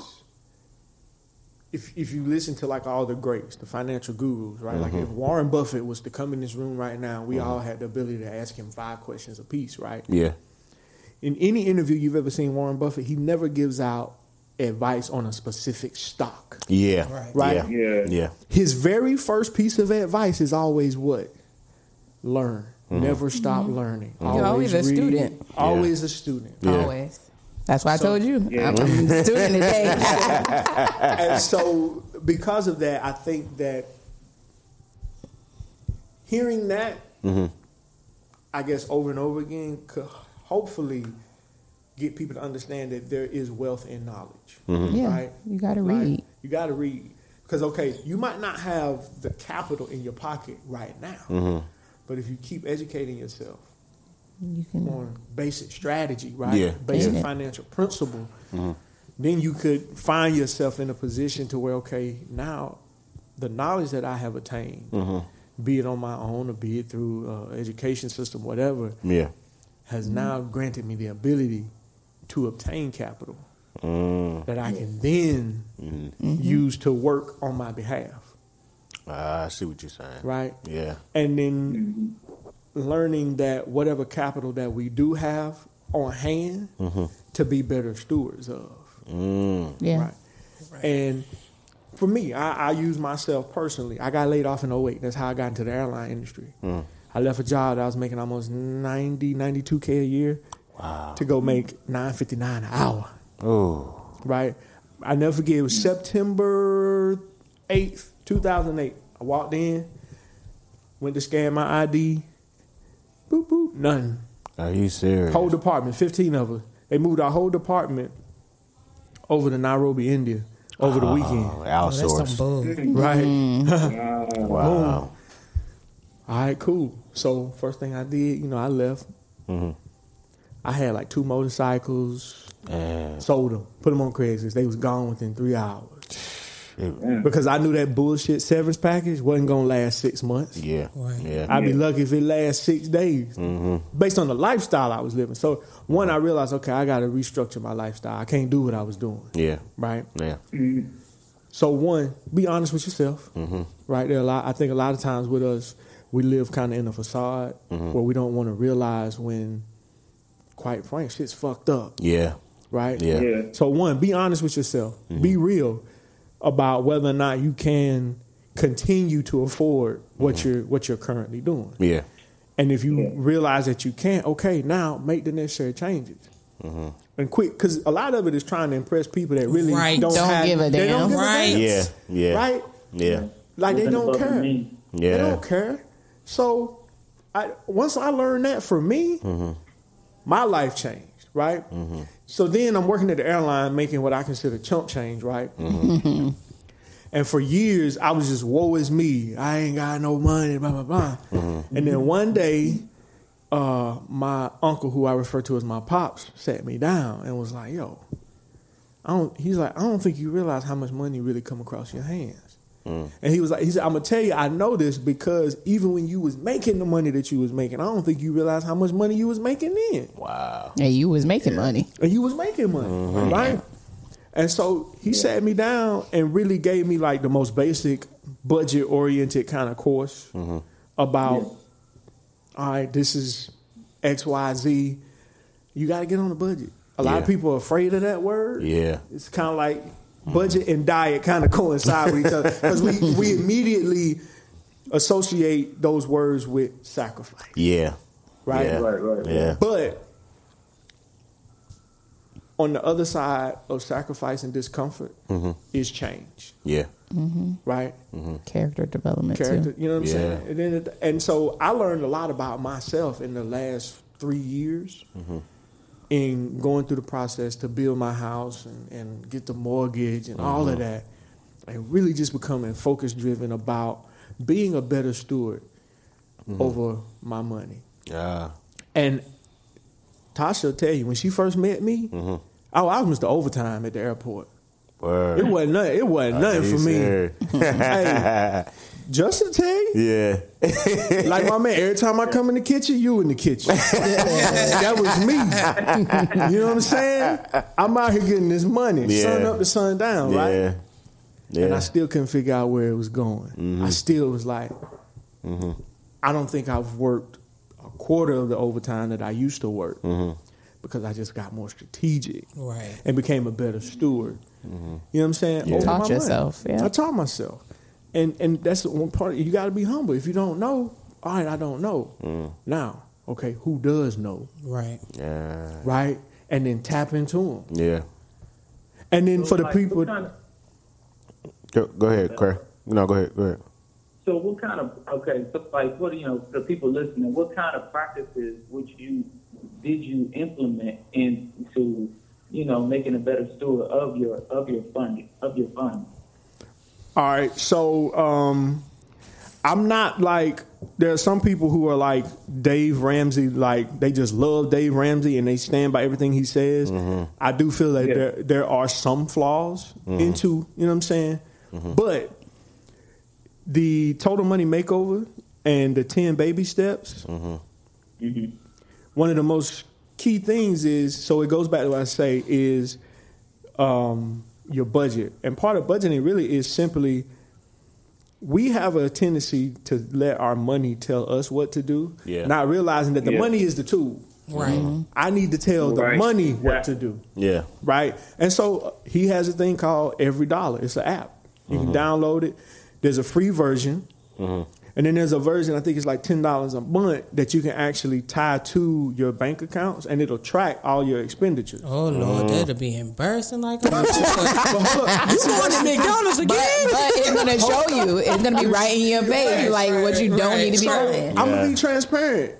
Speaker 6: if if you listen to like all the greats, the financial gurus, right? Like if Warren Buffett was to come in this room right now, we all had the ability to ask him five questions apiece, right?
Speaker 1: Yeah.
Speaker 6: In any interview you've ever seen Warren Buffett, he never gives out advice on a specific stock.
Speaker 1: Yeah.
Speaker 3: Right.
Speaker 6: Right.
Speaker 1: Yeah.
Speaker 5: Yeah.
Speaker 1: Yeah.
Speaker 6: His very first piece of advice is always what? Learn. Never stop learning.
Speaker 2: Mm-hmm. You're always a student.
Speaker 6: Always a student.
Speaker 1: Yeah.
Speaker 2: Always. That's why I told you.
Speaker 5: Yeah.
Speaker 2: I'm, I'm a student today.
Speaker 6: and so because of that, I think that hearing that, I guess over and over again, could hopefully get people to understand that there is wealth in knowledge.
Speaker 2: Yeah,
Speaker 6: Right?
Speaker 2: you gotta
Speaker 6: Like,
Speaker 2: read.
Speaker 6: you got to read because okay, you might not have the capital in your pocket right now, but if you keep educating yourself
Speaker 2: you can.
Speaker 6: on basic strategy, right?
Speaker 1: Yeah.
Speaker 6: Basic
Speaker 2: Yeah.
Speaker 6: financial principle. Then you could find yourself in a position to where, okay, now the knowledge that I have attained, be it on my own or be it through uh, education system, whatever,
Speaker 1: Yeah.
Speaker 6: has now granted me the ability to obtain capital
Speaker 1: Mm.
Speaker 6: that I can then use to work on my behalf,
Speaker 1: Ah, I see what you're saying.
Speaker 6: right?
Speaker 1: Yeah.
Speaker 6: and then learning that whatever capital that we do have on hand to be better stewards of
Speaker 1: Mm.
Speaker 2: Yeah.
Speaker 6: right? and for me I, I use myself personally i got laid off in 08 that's how i got into the airline industry i left a job that i was making almost 90 92k a year
Speaker 1: Wow.
Speaker 6: to go make 959 an hour
Speaker 1: Oh.
Speaker 6: right? I never forget. It was September eighth, two thousand eight. I walked in, went to scan my ID. Boop boop, nothing.
Speaker 1: Are you serious?
Speaker 6: Whole department, fifteen of us. They moved our whole department over to Nairobi, India, over the weekend.
Speaker 1: Oh,
Speaker 3: Oh, that's some
Speaker 1: outsourced.
Speaker 3: bull.
Speaker 6: Right.
Speaker 1: wow.
Speaker 6: All right, cool. So first thing I did, you know, I left. I had like two motorcycles.
Speaker 1: And
Speaker 6: Sold them, put them on Craigslist. They was gone within three hours.
Speaker 1: it-
Speaker 6: because I knew that bullshit severance package wasn't gonna last six months.
Speaker 1: yeah.
Speaker 3: Right.
Speaker 1: Yeah. Mm-hmm.
Speaker 6: I'd be lucky if it lasts six days, based on the lifestyle I was living. So one, I realized, okay, I got to restructure my lifestyle. I can't do what I was doing,
Speaker 1: Yeah.
Speaker 6: right?
Speaker 1: Yeah.
Speaker 6: So one, be honest with yourself,
Speaker 1: Mm-hmm.
Speaker 6: right? There, a lot. I think a lot of times with us, we live kind of in a facade
Speaker 1: Mm-hmm.
Speaker 6: where we don't want to realize when, quite frank, shit's fucked up,
Speaker 1: Yeah.
Speaker 6: right?
Speaker 1: Yeah. Mm-hmm.
Speaker 5: Yeah.
Speaker 6: So one, be honest with yourself. Be real about whether or not you can continue to afford what
Speaker 1: Mm-hmm.
Speaker 6: you're what you're currently doing.
Speaker 1: Yeah.
Speaker 6: And if you realize that you can't, okay, now make the necessary changes.
Speaker 1: Mm-hmm.
Speaker 6: And quick, because a lot of it is trying to impress people that really
Speaker 3: Right.
Speaker 6: don't,
Speaker 2: Don't
Speaker 6: have,
Speaker 2: give a
Speaker 6: They don't
Speaker 2: damn.
Speaker 6: give
Speaker 3: Right.
Speaker 6: a damn.
Speaker 1: Yeah. Yeah.
Speaker 6: Right?
Speaker 1: Yeah.
Speaker 6: Like they
Speaker 5: Living
Speaker 6: don't
Speaker 5: above the
Speaker 6: care.
Speaker 5: mean.
Speaker 6: They
Speaker 1: Yeah.
Speaker 6: don't care. So I once I learned that for me,
Speaker 1: Mm-hmm.
Speaker 6: my life changed, right? So then I'm working at the airline making what I consider chump change, right?
Speaker 1: Mm-hmm.
Speaker 6: and for years I was just woe is me. I ain't got no money, blah blah blah.
Speaker 1: Mm-hmm.
Speaker 6: And then one day uh, my uncle, who I refer to as my pops, sat me down and was like, "Yo, I don't." He's like, "I don't think you realize how much money really come across your hands." And he was like, "He said, I'm gonna tell you, I know this because even when you was making the money that you was making, I don't think you realized how much money you was making then,
Speaker 1: Wow.
Speaker 2: And you was making money.
Speaker 6: and you was making money,
Speaker 1: Uh-huh.
Speaker 6: right?" And so he sat me down and really gave me like the most basic budget oriented kind of course
Speaker 1: Uh-huh.
Speaker 6: about all right, this is X, Y, Z. You got to get on the budget. A lot of
Speaker 1: Yeah.
Speaker 6: people are afraid of that word.
Speaker 1: Yeah.
Speaker 6: It's kind of like budget and diet kind of coincide with each other because we, we immediately associate those words with sacrifice.
Speaker 1: Yeah.
Speaker 6: right?
Speaker 1: Yeah.
Speaker 5: Right, right, right.
Speaker 1: Yeah.
Speaker 6: But on the other side of sacrifice and discomfort is change,
Speaker 1: Yeah.
Speaker 6: right?
Speaker 2: Character development
Speaker 6: Character,
Speaker 2: too.
Speaker 6: you know what I'm
Speaker 1: Yeah.
Speaker 6: saying? And, then it- and so I learned a lot about myself in the last three years in going through the process to build my house and, and get the mortgage and all of that, and really just becoming focus driven about being a better steward over my money.
Speaker 1: Yeah.
Speaker 6: And Tasha will tell you when she first met me,
Speaker 1: Mm-hmm.
Speaker 6: oh, I was Mr. Overtime at the airport.
Speaker 1: Word.
Speaker 6: It wasn't nothing. It
Speaker 1: Uh,
Speaker 6: wasn't nothing for me. Hey. Justin tell you,
Speaker 1: yeah.
Speaker 6: like my man, every time I come in the kitchen, you in the kitchen. that was me. you know what I'm saying? I'm out here getting this money,
Speaker 1: Yeah.
Speaker 6: sun up to sun down, right?
Speaker 1: Yeah. Yeah.
Speaker 6: And I still couldn't figure out where it was going. I still was like, I don't think I've worked a quarter of the overtime that I used to work because I just got more strategic
Speaker 3: Right.
Speaker 6: and became a better steward. You know what I'm saying? Over
Speaker 2: Taught
Speaker 6: my money.
Speaker 2: yourself, yeah.
Speaker 6: I taught myself, and and that's the one part. You got to be humble. If you don't know, all right, I don't know. Now, okay, who does know,
Speaker 3: Right.
Speaker 1: yeah.
Speaker 6: right? And then tap into them.
Speaker 1: Yeah.
Speaker 6: And then for the
Speaker 5: like, what
Speaker 6: people,
Speaker 5: kind of-
Speaker 1: Go, go ahead, Cray. No, go ahead. Go ahead.
Speaker 5: So what kind of okay? So like, what you know, the people listening, what kind of practices would you did you implement into you know making a better steward of your of your funding of your funds?
Speaker 6: all right. So, um, I'm not like there are some people who are like Dave Ramsey, like they just love Dave Ramsey and they stand by everything he says. I do feel that
Speaker 5: Yeah.
Speaker 6: there there are some flaws into you know what I'm saying, but the total money makeover and the ten baby steps. One of the most key things is so it goes back to what I say is um, your budget, and part of budgeting really is simply we have a tendency to let our money tell us what to do,
Speaker 1: Yeah.
Speaker 6: not realizing that the
Speaker 5: Yeah.
Speaker 6: money is the tool.
Speaker 3: Right.
Speaker 6: I need to tell the
Speaker 5: Right.
Speaker 6: money what
Speaker 5: Yeah.
Speaker 6: to do,
Speaker 1: Yeah.
Speaker 6: right? And so uh, he has a thing called Every Dollar. It's an app. You
Speaker 1: Mm-hmm.
Speaker 6: can download it. There's a free version. And then there's a version, I think it's like $10 a month, that you can actually tie to your bank accounts and it'll track all your expenditures.
Speaker 3: Oh Lord, that'll be embarrassing. Like, I'm not sure.
Speaker 6: But look,
Speaker 3: you going to McDonald's
Speaker 2: But,
Speaker 3: again?
Speaker 2: but it's gonna show you. It's gonna be right in your face, like what you don't need to be
Speaker 3: Right.
Speaker 2: doing.
Speaker 6: I'm gonna
Speaker 1: Yeah.
Speaker 6: be transparent.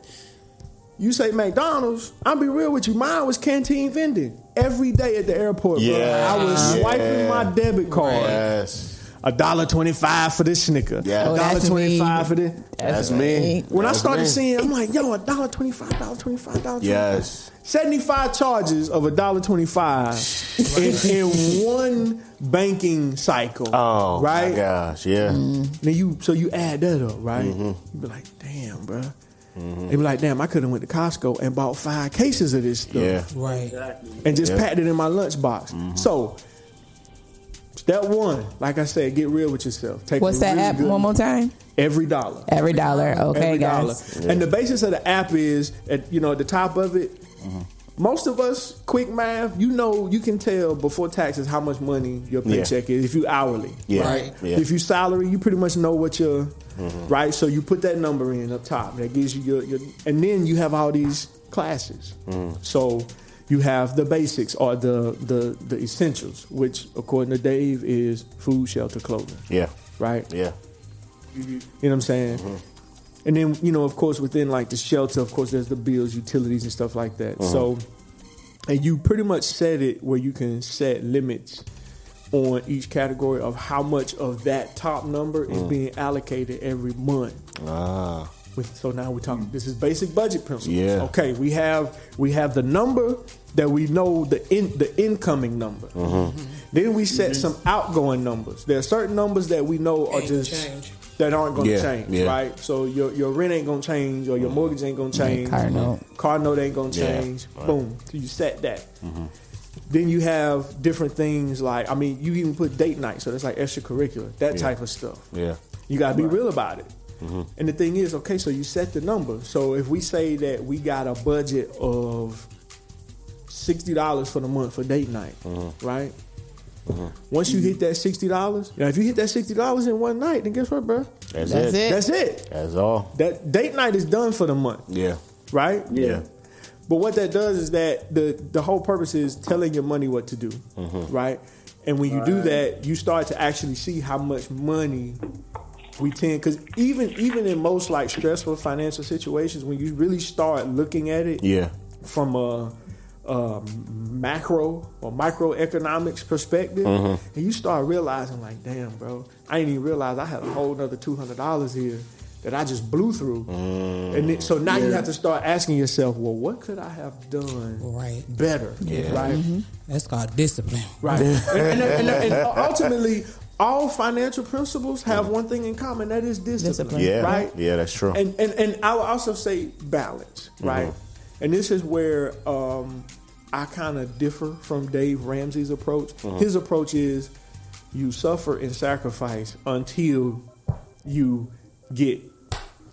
Speaker 6: You say McDonald's, I'll be real with you. Mine was canteen vending every day at the airport,
Speaker 1: Yeah.
Speaker 6: bro. I was
Speaker 1: Yeah.
Speaker 6: swiping my debit card.
Speaker 1: Yes.
Speaker 6: A dollar twenty-five for this snicker.
Speaker 1: Yeah.
Speaker 6: A
Speaker 1: Oh,
Speaker 6: dollar
Speaker 2: that's
Speaker 6: twenty-five for
Speaker 2: me.
Speaker 6: this.
Speaker 1: That's me.
Speaker 6: When I
Speaker 1: That's
Speaker 6: started
Speaker 1: me.
Speaker 6: seeing, I'm like, yo, a dollar twenty-five, dollar twenty-five, dollar
Speaker 1: Yes.
Speaker 6: 75 charges of a dollar 25 in, in one banking cycle.
Speaker 1: Oh,
Speaker 6: right? Mm-hmm.
Speaker 1: my gosh. Yeah.
Speaker 6: Then you so you add that up, right?
Speaker 1: Mm-hmm.
Speaker 6: You be like, damn, bro. They be like, damn, I could have went to Costco and bought five cases of this stuff
Speaker 1: Yeah.
Speaker 3: Right.
Speaker 6: and just
Speaker 1: Yeah. Mm-hmm.
Speaker 6: packed it in my lunchbox. So step one, like I said, get real with yourself. Take
Speaker 2: What's
Speaker 6: a
Speaker 2: that
Speaker 6: really
Speaker 2: app?
Speaker 6: good-
Speaker 2: One more time.
Speaker 6: Every dollar.
Speaker 2: Every dollar. Okay,
Speaker 6: every dollar.
Speaker 2: guys.
Speaker 6: And the basis of the app is at you know at the top of it.
Speaker 1: Mm-hmm.
Speaker 6: Most of us, quick math, you know, you can tell before taxes how much money your
Speaker 1: Yeah.
Speaker 6: paycheck is if you hourly,
Speaker 1: Yeah.
Speaker 6: right?
Speaker 1: Yeah.
Speaker 6: If you salary, you pretty much know what your right. So you put that number in up top. That gives you your, your and then you have all these classes. So you have the basics or the the the essentials, which according to Dave is food, shelter, clothing,
Speaker 1: Yeah.
Speaker 6: right?
Speaker 1: Yeah.
Speaker 6: You know what I'm saying? And then, you know, of course, within like the shelter, of course, there's the bills, utilities, and stuff like that. So, and you pretty much set it where you can set limits on each category of how much of that top number is being allocated every month.
Speaker 1: Ah.
Speaker 6: With, so now we're talking. This is basic budget principles.
Speaker 1: Yeah.
Speaker 6: Okay. We have we have the number that we know the in, the incoming number.
Speaker 1: Mm-hmm.
Speaker 6: Mm-hmm. Then we set some outgoing numbers. There are certain numbers that we know are
Speaker 3: Ain't
Speaker 6: just
Speaker 3: change.
Speaker 6: that aren't going to
Speaker 1: Yeah,
Speaker 6: change,
Speaker 1: yeah. Mm-hmm.
Speaker 6: right? So your your rent ain't going to change, or your mortgage ain't going to change. Mm-hmm.
Speaker 2: car note.
Speaker 6: Car note ain't going to
Speaker 1: Yeah,
Speaker 6: change.
Speaker 1: right. Mm-hmm.
Speaker 6: Boom. So you set that. Then you have different things like I mean, you even put date night, so that's like extracurricular, that type of stuff.
Speaker 1: Yeah.
Speaker 6: You gotta be real about it. And the thing is, okay, so you set the number. So if we say that we got a budget of sixty dollars for the month for date night, right? Once you hit that sixty dollars, now if you hit that sixty dollars in one night, then guess what, bro?
Speaker 1: That's,
Speaker 2: That's
Speaker 1: it.
Speaker 2: it.
Speaker 6: That's it.
Speaker 1: That's all.
Speaker 6: That date night is done for the month.
Speaker 1: Yeah.
Speaker 6: right?
Speaker 5: Yeah.
Speaker 6: But what that does is that the the whole purpose is telling your money what to do, right? And when you do that, you start to actually see how much money we tend because even even in most like stressful financial situations, when you really start looking at it,
Speaker 1: Yeah.
Speaker 6: from a, a macro or microeconomics perspective,
Speaker 1: Mm-hmm.
Speaker 6: and you start realizing, like, damn, bro, I didn't even realize I had a whole nother two hundred dollars here that I just blew through,
Speaker 1: Mm.
Speaker 6: and then, so now you have to start asking yourself, well, what could I have done
Speaker 3: Right.
Speaker 6: better, right?
Speaker 3: That's called discipline.
Speaker 6: Right. and, and- and- and ultimately, all financial principles have one thing in common that is discipline.
Speaker 2: Discipline.
Speaker 1: Mm-hmm. Yeah.
Speaker 6: Right?
Speaker 1: Yeah, Mm-hmm. that's true.
Speaker 6: And, and, and I would also say balance, right? And this is where um, I kind of differ from Dave Ramsey's approach.
Speaker 1: Mm-hmm.
Speaker 6: His approach is you suffer and sacrifice until you get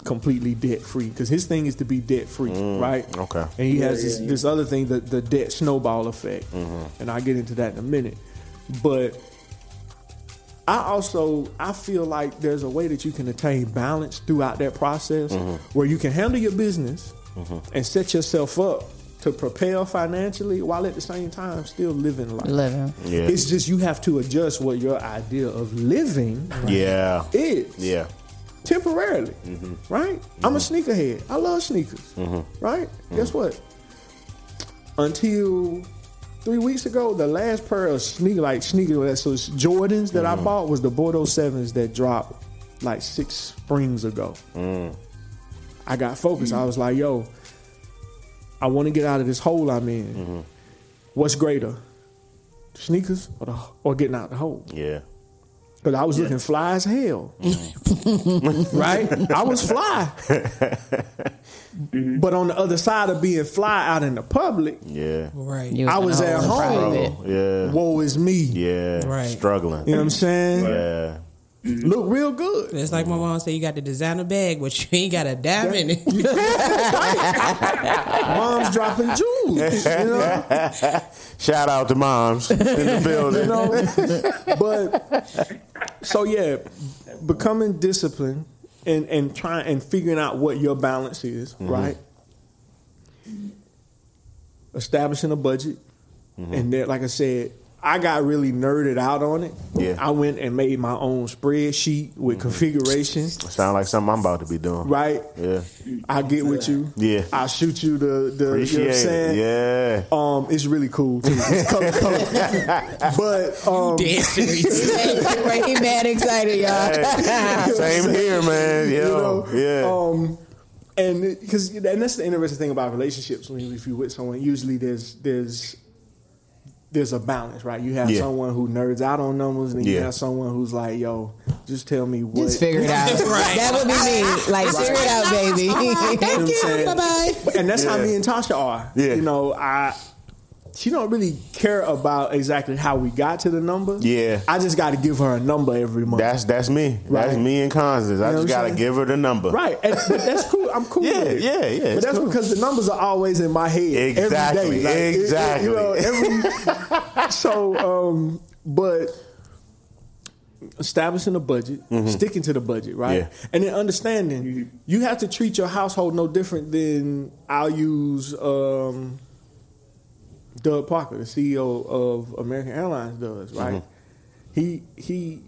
Speaker 6: completely debt free because his thing is to be debt free right
Speaker 1: Mm, okay.
Speaker 6: and he has this, this other thing, the, the debt snowball effect.
Speaker 1: Mm-hmm.
Speaker 6: And I'll get into that in a minute. But I also I feel like there's a way that you can attain balance throughout that process
Speaker 1: Mm-hmm.
Speaker 6: where you can handle your business and set yourself up to propel financially while at the same time still living life.
Speaker 2: Living.
Speaker 1: Yeah.
Speaker 6: It's just you have to adjust what your idea of living
Speaker 1: yeah.
Speaker 6: is
Speaker 1: Yeah.
Speaker 6: temporarily, right? I'm a sneakerhead. I love sneakers, right? Guess what? Until three weeks ago, the last pair of sneak like sneakers, so it's Jordans that I bought was the Bordeaux Sevens that dropped like six springs ago. I got focused. I was like, yo, I want to get out of this hole I'm in. What's greater, sneakers or the, or getting out the hole?
Speaker 1: Yeah.
Speaker 6: Because I was looking fly as hell.
Speaker 1: Mm-hmm.
Speaker 6: right? I was fly.
Speaker 1: Mm-hmm.
Speaker 6: but on the other side of being fly out in the public,
Speaker 1: Yeah.
Speaker 3: Right.
Speaker 2: You
Speaker 6: I was
Speaker 2: in a
Speaker 6: at
Speaker 2: hole in
Speaker 6: home.
Speaker 2: private.
Speaker 1: Yeah.
Speaker 6: woe is me.
Speaker 1: Yeah.
Speaker 3: Right.
Speaker 1: Struggling.
Speaker 6: You know what I'm saying?
Speaker 1: Yeah.
Speaker 6: Look real good.
Speaker 3: It's like my mom said, you got the designer bag, but you ain't got a dime in it.
Speaker 6: Mom's dropping jewels. You know?
Speaker 1: Shout out to moms in the building.
Speaker 6: you know? but so yeah, becoming disciplined and and trying and figuring out what your balance is,
Speaker 1: Mm-hmm.
Speaker 6: right? Establishing a budget,
Speaker 1: Mm-hmm.
Speaker 6: and then like I said. I got really nerded out on it.
Speaker 1: Yeah. Mm-hmm.
Speaker 6: I went and made my own spreadsheet with configuration.
Speaker 1: Sound like something I'm about to be doing.
Speaker 6: Right?
Speaker 1: Yeah.
Speaker 6: I get with you.
Speaker 1: Yeah.
Speaker 6: I shoot you the the. you know
Speaker 1: Appreciate
Speaker 6: what I'm saying?
Speaker 1: it. Yeah.
Speaker 6: Um, it's really cool too. It's color, color. but um,
Speaker 3: Dead serious.
Speaker 2: right, he mad excited, y'all.
Speaker 1: Hey, Same here, man. Yo,
Speaker 6: you know, um, and because and that's the interesting thing about relationships. When you, if you with someone, usually there's there's there's a balance, right? You have
Speaker 1: Yeah.
Speaker 6: someone who nerds out on numbers, and you
Speaker 1: Yeah.
Speaker 6: have someone who's like, "Yo, just tell me what."
Speaker 2: Just figure it out. That would be me. Like, figure it out, baby.
Speaker 6: You know what I'm saying?
Speaker 3: Bye.
Speaker 6: But- and that's how
Speaker 1: Yeah.
Speaker 6: me and Tasha are.
Speaker 1: Yeah.
Speaker 6: You know, I she don't really care about exactly how we got to the number.
Speaker 1: Yeah.
Speaker 6: I just got to give her a number every month.
Speaker 1: That's that's me. That's
Speaker 6: Right.
Speaker 1: me and Constance. I just
Speaker 6: know what I'm
Speaker 1: gotta
Speaker 6: saying?
Speaker 1: give her the number.
Speaker 6: Right, and, but that's cool. I'm cool.
Speaker 1: Yeah,
Speaker 6: with it.
Speaker 1: yeah, yeah,
Speaker 6: But
Speaker 1: it's
Speaker 6: that's
Speaker 1: cool.
Speaker 6: because the numbers are always in my head.
Speaker 1: Exactly,
Speaker 6: every day. it- it-
Speaker 1: exactly.
Speaker 6: you know, every, so, um, but establishing a budget, sticking to the budget, right,
Speaker 1: Mm-hmm. Yeah. Mm-hmm.
Speaker 6: and then understanding you have to treat your household no different than I'll use. Um, Doug Parker, the CEO of American Airlines, does right.
Speaker 1: Mm-hmm.
Speaker 6: He he.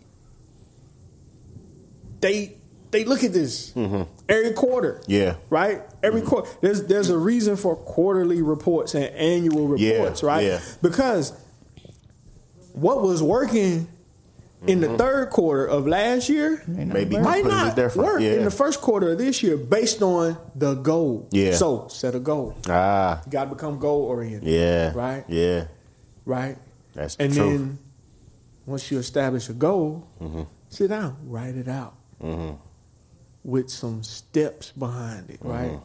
Speaker 6: They they look at this every quarter.
Speaker 1: Mm-hmm. Yeah. Mm-hmm.
Speaker 6: Right. Every quarter, there's there's a reason for quarterly reports and annual
Speaker 1: Yeah,
Speaker 6: reports, right?
Speaker 1: yeah.
Speaker 6: Because what was working in
Speaker 1: Mm-hmm.
Speaker 6: the third quarter of last year
Speaker 1: Maybe
Speaker 6: might
Speaker 1: completely
Speaker 6: not
Speaker 1: different.
Speaker 6: work
Speaker 1: Yeah.
Speaker 6: in the first quarter of this year based on the goal.
Speaker 1: Yeah.
Speaker 6: So set a goal.
Speaker 1: Ah.
Speaker 6: You got to become goal oriented
Speaker 1: Yeah.
Speaker 6: Right.
Speaker 1: Yeah.
Speaker 6: right?
Speaker 1: That's the
Speaker 6: And
Speaker 1: truth.
Speaker 6: then once you establish a goal, sit down, write it out
Speaker 1: Mm-hmm.
Speaker 6: with some steps behind it, right?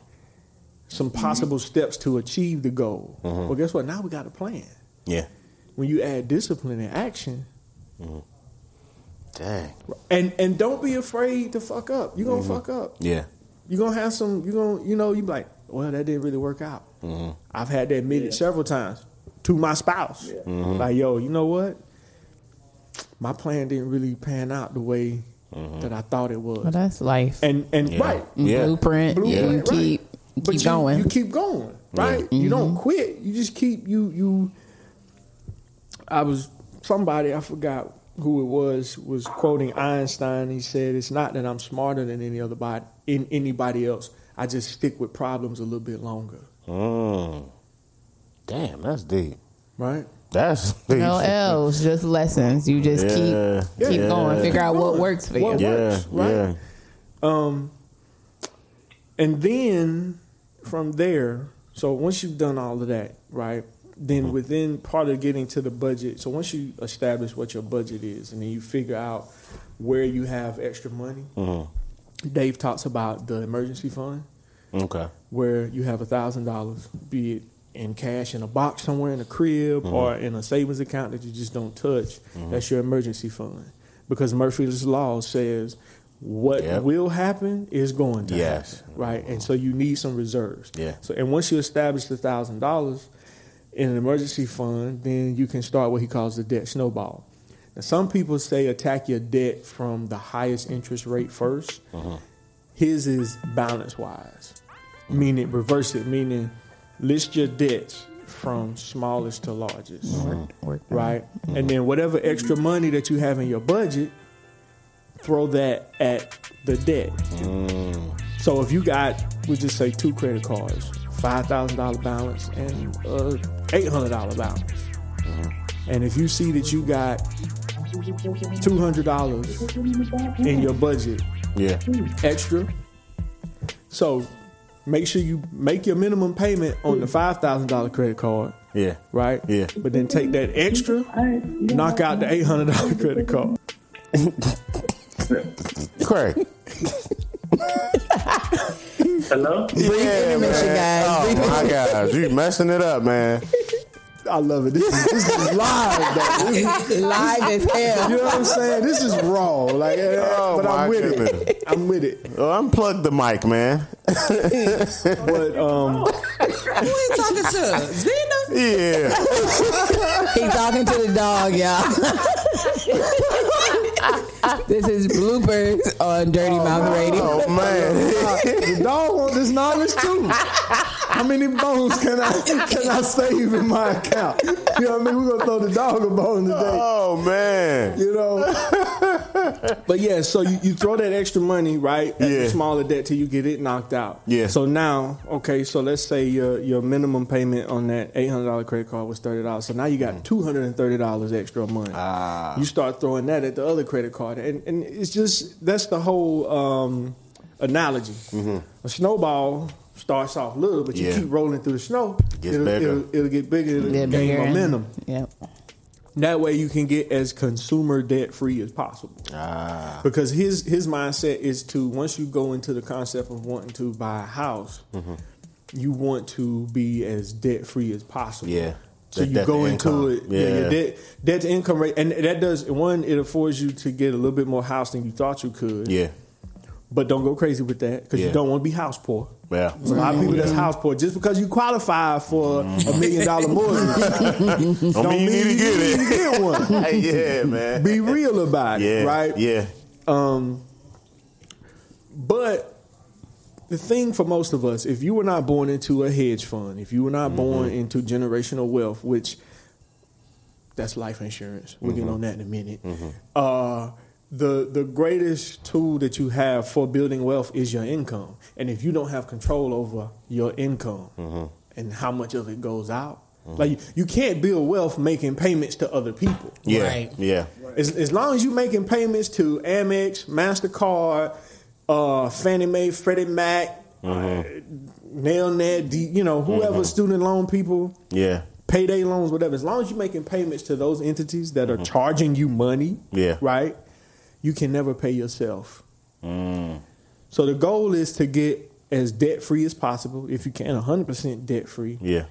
Speaker 6: Some possible steps to achieve the goal. Well, guess what? Now we got a plan.
Speaker 1: yeah.
Speaker 6: When you add discipline and action,
Speaker 1: Dang.
Speaker 6: and and don't be afraid to fuck up. You gonna fuck up.
Speaker 1: Yeah.
Speaker 6: You gonna have some. You gonna you know you be like, well, that didn't really work out.
Speaker 1: Mm-hmm.
Speaker 6: I've had to admit it several times to my spouse.
Speaker 1: Mm-hmm.
Speaker 6: Like, yo, you know what? My plan didn't really pan out the way that I thought it was.
Speaker 2: that's life.
Speaker 6: And and
Speaker 1: Mm-hmm. Yeah.
Speaker 6: right,
Speaker 1: Yeah.
Speaker 2: Mm, Blueprint.
Speaker 6: Blueprint,
Speaker 2: you
Speaker 6: right.
Speaker 2: keep
Speaker 6: but
Speaker 2: keep
Speaker 6: you,
Speaker 2: going. Mm-hmm.
Speaker 6: You keep going, right? You don't quit. You just keep you you. I was somebody I forgot who it was was quoting Einstein. He said, "It's not that I'm smarter than any other body, in anybody else. I just stick with problems a little bit longer,
Speaker 1: Mm. Damn, that's deep.
Speaker 6: right?
Speaker 1: That's deep.
Speaker 2: no L's, just lessons. You just
Speaker 1: Yeah.
Speaker 2: keep keep
Speaker 1: Yeah.
Speaker 2: going. Figure out what
Speaker 6: Going.
Speaker 2: works for
Speaker 6: What
Speaker 2: you.
Speaker 1: Yeah,
Speaker 6: works, right?
Speaker 1: yeah.
Speaker 6: Um, and then from there, so once you've done all of that, right?
Speaker 2: Mm-hmm.
Speaker 6: Then within part of getting to the budget, so once you establish what your budget is, and then you figure out where you have extra money.
Speaker 1: Mm-hmm.
Speaker 6: Dave talks about the emergency fund,
Speaker 1: Okay.
Speaker 6: where you have a thousand dollars, be it in cash in a box somewhere in a crib
Speaker 1: Mm-hmm.
Speaker 6: or in a savings account that you just don't touch. That's your emergency fund because Murphy's law says what
Speaker 1: Yep.
Speaker 6: will happen is going to
Speaker 1: Yes.
Speaker 6: happen, right? And so you need some reserves.
Speaker 1: Yeah.
Speaker 6: So and once you establish the thousand dollars in an emergency fund, then you can start what he calls the debt snowball. Now, some people say attack your debt from the highest interest rate 1st His is balance wise, meaning reverse it, meaning list your debts from smallest to largest,
Speaker 2: Work. Mm-hmm.
Speaker 6: right? And then whatever extra money that you have in your budget, throw that at the debt. So if you got, we just say two credit cards, five thousand dollar balance and uh, eight hundred dollar balance, and if you see that you got two hundred dollars in your budget
Speaker 1: Yeah.
Speaker 6: extra, so make sure you make your minimum payment on the five thousand dollar credit card,
Speaker 1: Yeah.
Speaker 6: right?
Speaker 1: Yeah.
Speaker 6: But then take that extra, knock out the eight hundred dollar credit card.
Speaker 1: Craig.
Speaker 5: Hello?
Speaker 1: Yeah,
Speaker 2: intermission,
Speaker 1: man. Oh
Speaker 2: guys.
Speaker 1: my gosh, you messing it up, man.
Speaker 6: I love it. This is, this is live, though. This is-
Speaker 2: Live as hell.
Speaker 6: You know what I'm saying? This is raw. Like, eh,
Speaker 1: Oh,
Speaker 6: but
Speaker 1: my
Speaker 6: I'm with
Speaker 1: goodness.
Speaker 6: it. I'm with it.
Speaker 1: Oh, unplug the mic, man.
Speaker 6: But um,
Speaker 3: Who you talking to? Zena?
Speaker 1: Yeah.
Speaker 2: He talking to the dog, y'all. this is bloopers on Dirty Mouth Radio.
Speaker 1: Oh man.
Speaker 6: the dog want this knowledge too. How many bones can I can I save in my account? You know what I mean? We're gonna throw the dog a bone today.
Speaker 1: Oh man.
Speaker 6: You know. But yeah, so you, you throw that extra money right at
Speaker 1: Yeah.
Speaker 6: the smaller debt till you get it knocked out.
Speaker 1: Yeah.
Speaker 6: So now, okay, so let's say your your minimum payment on that eight hundred dollar credit card was thirty dollars. So now you got two hundred and thirty dollars extra a month.
Speaker 1: Ah.
Speaker 6: you start throwing that at the other credit card, and and it's just that's the whole um, analogy. A snowball starts off little, but you
Speaker 1: Mm-hmm. Yeah.
Speaker 6: keep rolling through the snow.
Speaker 1: Gets
Speaker 6: it'll,
Speaker 1: bigger.
Speaker 6: It'll, it'll get bigger. It'll
Speaker 2: Yeah,
Speaker 6: gain
Speaker 2: bigger.
Speaker 6: momentum.
Speaker 2: Yep.
Speaker 6: That way, you can get as consumer debt free as possible.
Speaker 1: Ah.
Speaker 6: Because his his mindset is to once you go into the concept of wanting to buy a house,
Speaker 1: Mm-hmm.
Speaker 6: you want to be as debt free as possible.
Speaker 1: Yeah.
Speaker 6: So
Speaker 1: That
Speaker 6: you
Speaker 1: debt to
Speaker 6: go into it,
Speaker 1: income.
Speaker 6: yeah, your
Speaker 1: Yeah.
Speaker 6: debt debt to income rate, and that does one. It affords you to get a little bit more house than you thought you could.
Speaker 1: Yeah.
Speaker 6: But don't go crazy with that because
Speaker 1: Yeah.
Speaker 6: you don't want to be house poor.
Speaker 1: Yeah.
Speaker 6: A lot of people that's house poor just because you qualify for a million dollar mortgage
Speaker 1: Don't Mm-hmm. mean you need to get
Speaker 6: need
Speaker 1: it.
Speaker 6: to get one.
Speaker 1: Hey, yeah, man.
Speaker 6: Be real about
Speaker 1: yeah.
Speaker 6: it, right?
Speaker 1: Yeah.
Speaker 6: Um, but the thing for most of us, if you were not born into a hedge fund, if you were not born into generational wealth, which that's life insurance, we'll get on that in a minute. Uh, the the greatest tool that you have for building wealth is your income, and if you don't have control over your income and how much of it goes out, like you, you can't build wealth making payments to other people.
Speaker 1: Yeah.
Speaker 3: Right.
Speaker 1: Yeah.
Speaker 6: As, as long as you're making payments to Amex, MasterCard, uh, Fannie Mae, Freddie Mac, uh, NailNet, D, you know, whoever student loan people,
Speaker 1: Yeah.
Speaker 6: payday loans, whatever, as long as you're making payments to those entities that are charging you money,
Speaker 1: Yeah.
Speaker 6: right, you can never pay yourself.
Speaker 1: Mm-hmm.
Speaker 6: So the goal is to get as debt free as possible, if you can, 100% debt free
Speaker 1: Yeah.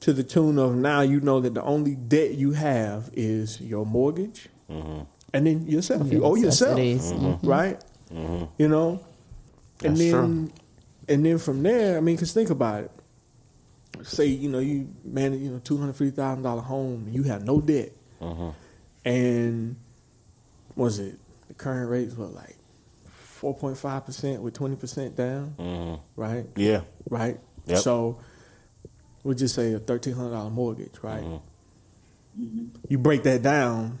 Speaker 6: to the tune of now you know that the only debt you have is your mortgage
Speaker 1: Mm-hmm.
Speaker 6: and then yourself. You
Speaker 2: Your
Speaker 6: owe yourself,
Speaker 2: necessities.
Speaker 6: right? You know,
Speaker 1: Mm-hmm.
Speaker 6: and
Speaker 1: That's
Speaker 6: then
Speaker 1: true.
Speaker 6: and then from there, I mean, because think about it. Say you know you manage you know two hundred fifty thousand dollar home, and you have no debt,
Speaker 1: Mm-hmm.
Speaker 6: and was it the current rates were like four point five percent with twenty percent down, right?
Speaker 1: Yeah.
Speaker 6: Right.
Speaker 1: Yep.
Speaker 6: So we'll just say a thirteen hundred dollar mortgage, right?
Speaker 1: Mm-hmm.
Speaker 6: You break that down,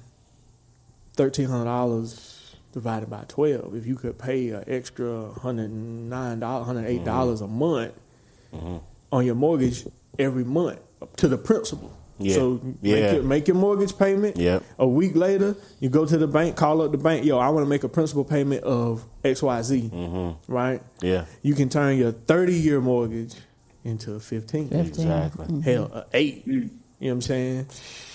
Speaker 6: thirteen hundred dollars divided by twelve. If you could pay an extra hundred nine dollars, hundred eight dollars
Speaker 1: Mm-hmm.
Speaker 6: a month on your mortgage every month to the principal.
Speaker 1: Yeah.
Speaker 6: So make,
Speaker 1: Yeah.
Speaker 6: your, make your mortgage payment.
Speaker 1: Yep.
Speaker 6: A week later, you go to the bank, call up the bank. Yo, I want to make a principal payment of X
Speaker 1: Mm.
Speaker 6: Mm-hmm. Right.
Speaker 1: Yeah.
Speaker 6: You can turn your thirty year mortgage into a fifteen.
Speaker 1: Exactly.
Speaker 6: Hell, a eight. You know what I'm saying?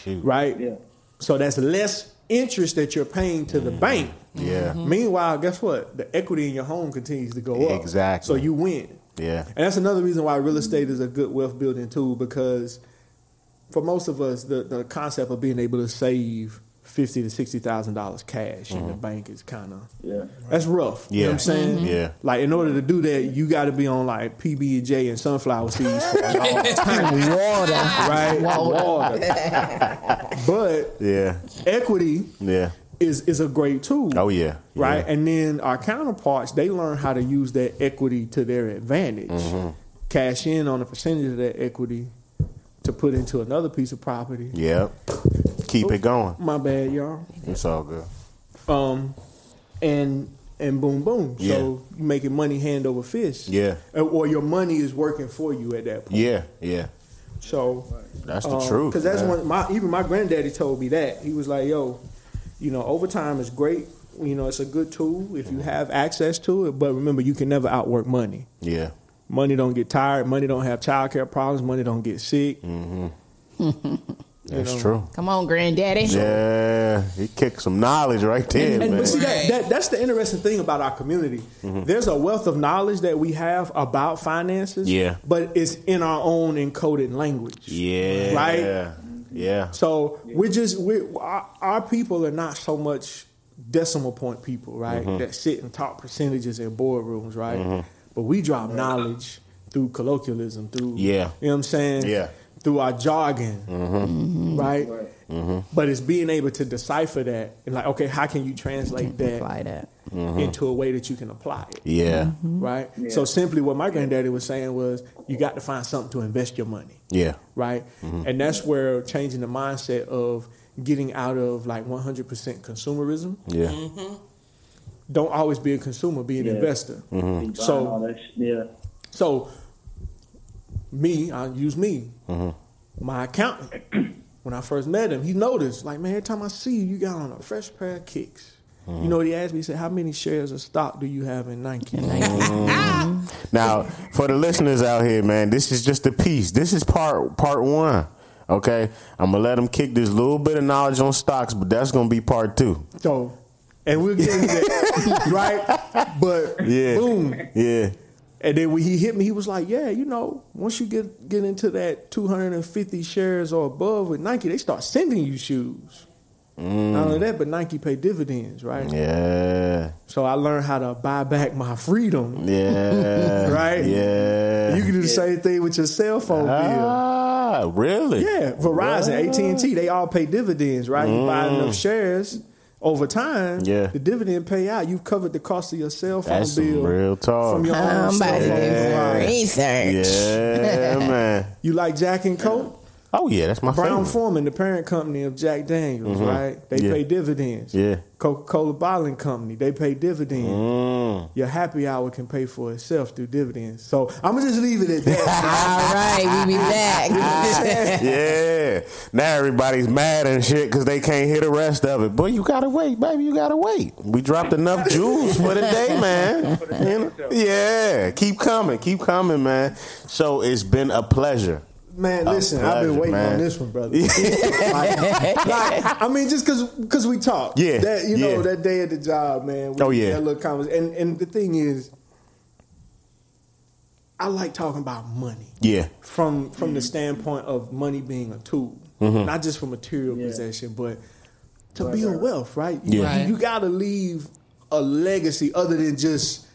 Speaker 1: Shoot.
Speaker 6: Right.
Speaker 5: Yeah.
Speaker 6: So that's less interest that you're paying to the bank.
Speaker 1: Mm. Yeah.
Speaker 6: Meanwhile, guess what? The equity in your home continues to go up.
Speaker 1: Exactly.
Speaker 6: So you win.
Speaker 1: Yeah.
Speaker 6: And that's another reason why real estate is a good wealth building tool because for most of us, the, the concept of being able to save fifty to sixty thousand dollars cash in the
Speaker 1: Mm-hmm.
Speaker 6: bank is kind of
Speaker 5: Yeah.
Speaker 6: that's rough. You know what I'm
Speaker 1: Yeah.
Speaker 6: saying?
Speaker 1: Mhm. Yeah.
Speaker 6: Like in order to do that, you got to be on like PB and J and sunflower seeds for a long time,
Speaker 2: Water.
Speaker 6: right? Water. but
Speaker 1: Yeah.
Speaker 6: equity
Speaker 1: Yeah.
Speaker 6: is is a great tool.
Speaker 1: Oh yeah. Yeah.
Speaker 6: Right. And then our counterparts, they learn how to use that equity to their advantage.
Speaker 1: Mm-hmm.
Speaker 6: Cash in on a percentage of that equity to put into another piece of property.
Speaker 1: Yep. Keep it going.
Speaker 6: My bad, y'all.
Speaker 1: It's all good.
Speaker 6: Um, and and boom, boom. So
Speaker 1: Yeah.
Speaker 6: you making money hand over fist.
Speaker 1: Yeah.
Speaker 6: Or- Or your money is working for you at that point.
Speaker 1: Yeah. Yeah.
Speaker 6: So
Speaker 1: That's the truth.
Speaker 6: Because Um, that's
Speaker 1: man.
Speaker 6: one. My even my granddaddy told me that he was like, "Yo, you know, overtime is great. You know, it's a good tool if you have access to it. But remember, you can never outwork money.
Speaker 1: Yeah.
Speaker 6: Money don't get tired. Money don't have childcare problems. Money don't get sick.
Speaker 1: That's
Speaker 6: know.
Speaker 1: true.
Speaker 2: Come on, granddaddy.
Speaker 1: Yeah. He kicked some knowledge right there,
Speaker 6: And
Speaker 1: man.
Speaker 6: but see that,
Speaker 3: Right.
Speaker 6: that that's the interesting thing about our community.
Speaker 1: Mm-hmm.
Speaker 6: There's a wealth of knowledge that we have about finances.
Speaker 1: Yeah.
Speaker 6: but it's in our own encoded language.
Speaker 1: yeah.
Speaker 6: Right?
Speaker 1: Yeah.
Speaker 6: So we're just we our, our people are not so much decimal point people, right?
Speaker 1: Mm-hmm.
Speaker 6: That sit and talk percentages in boardrooms, right? But we drop knowledge through colloquialism, through
Speaker 1: Yeah.
Speaker 6: you know what I'm saying,
Speaker 1: Yeah. Mm-hmm.
Speaker 6: through our jargon, right?
Speaker 5: Right.
Speaker 6: But it's being able to decipher that and like, okay, how can you
Speaker 1: Mm-hmm.
Speaker 6: translate that
Speaker 2: Apply that.
Speaker 6: into a way that you can apply it,
Speaker 1: Yeah.
Speaker 6: Mm-hmm. right?
Speaker 5: Mm-hmm. Yeah.
Speaker 6: So simply, what my granddaddy was saying was, you got to find something to invest your money
Speaker 1: Yeah.
Speaker 6: right? And that's where changing the mindset of getting out of like 100% consumerism.
Speaker 1: Yeah.
Speaker 6: Don't always be a consumer, be an
Speaker 5: Yeah.
Speaker 6: investor.
Speaker 5: Be buying
Speaker 6: So-
Speaker 5: all that sh- yeah.
Speaker 6: So, me, I use me, my accountant. When I first met him, he noticed, like, man, every time I see you, you got on a fresh pair of kicks. You know what he asked me? He said, How many shares of stock do you have in Nike?
Speaker 1: Now, for the listeners out here, man, this is just a piece. This is part part one. Okay, I'm gonna let them kick this little bit of knowledge on stocks, but that's gonna be part two.
Speaker 6: So, and we'll get into that, right? But
Speaker 1: Yeah.
Speaker 6: boom,
Speaker 1: Yeah,
Speaker 6: And then when he hit me, he was like, "Yeah, you know, once you get get into that 250 shares or above with Nike, they start sending you shoes.
Speaker 1: Mm.
Speaker 6: Not only that, but Nike pay dividends, right?
Speaker 1: yeah,
Speaker 6: So I learned how to buy back my freedom.
Speaker 1: yeah,
Speaker 6: Right?
Speaker 1: Yeah,
Speaker 6: You can do the same thing with your cell phone bill.
Speaker 1: ah, really?
Speaker 6: Yeah, Verizon, AT and T, they all pay dividends, right? You buy enough shares over time,
Speaker 1: Mm. Yeah.
Speaker 6: the dividend pay out. You've covered the cost of your cell phone
Speaker 1: That's some
Speaker 6: bill
Speaker 1: real talk.
Speaker 6: from your own
Speaker 2: I'm about
Speaker 6: cell
Speaker 2: to do
Speaker 6: phone
Speaker 1: Yeah.
Speaker 6: provider.
Speaker 2: research.
Speaker 1: Yeah, man.
Speaker 6: You like Jack and Coke?
Speaker 1: Oh yeah, that's my
Speaker 6: Brown
Speaker 1: favorite.
Speaker 6: Foreman, the parent company of Jack Daniels, right? They
Speaker 1: Mm-hmm. Yeah.
Speaker 6: pay dividends.
Speaker 1: Yeah.
Speaker 6: Coca Cola Bottling Company, they pay dividends.
Speaker 1: Mm.
Speaker 6: Your happy hour can pay for itself through dividends. So I'm gonna just leave it at that.
Speaker 2: All right, we be back.
Speaker 1: yeah. Now everybody's mad and shit because they can't hear the rest of it. But you gotta wait, baby. You gotta wait. We dropped enough jewels for the day, man. You know? Yeah. Keep coming. Keep coming, man. So it's been a pleasure.
Speaker 6: Man, listen, I've been
Speaker 1: pleasure,
Speaker 6: waiting
Speaker 1: man.
Speaker 6: on this one, brother. like, like, I mean, just cause cause we talked.
Speaker 1: Yeah,
Speaker 6: That you know,
Speaker 1: yeah.
Speaker 6: that day at the job, man. we-
Speaker 1: Oh, yeah.
Speaker 6: That little convers- and and the thing is, I like talking about money.
Speaker 1: Yeah.
Speaker 6: from from
Speaker 1: Mm-hmm.
Speaker 6: the standpoint of money being a tool, not just for material possession, but to build wealth. Right? You,
Speaker 1: Yeah.
Speaker 6: you- you got to leave a legacy other than just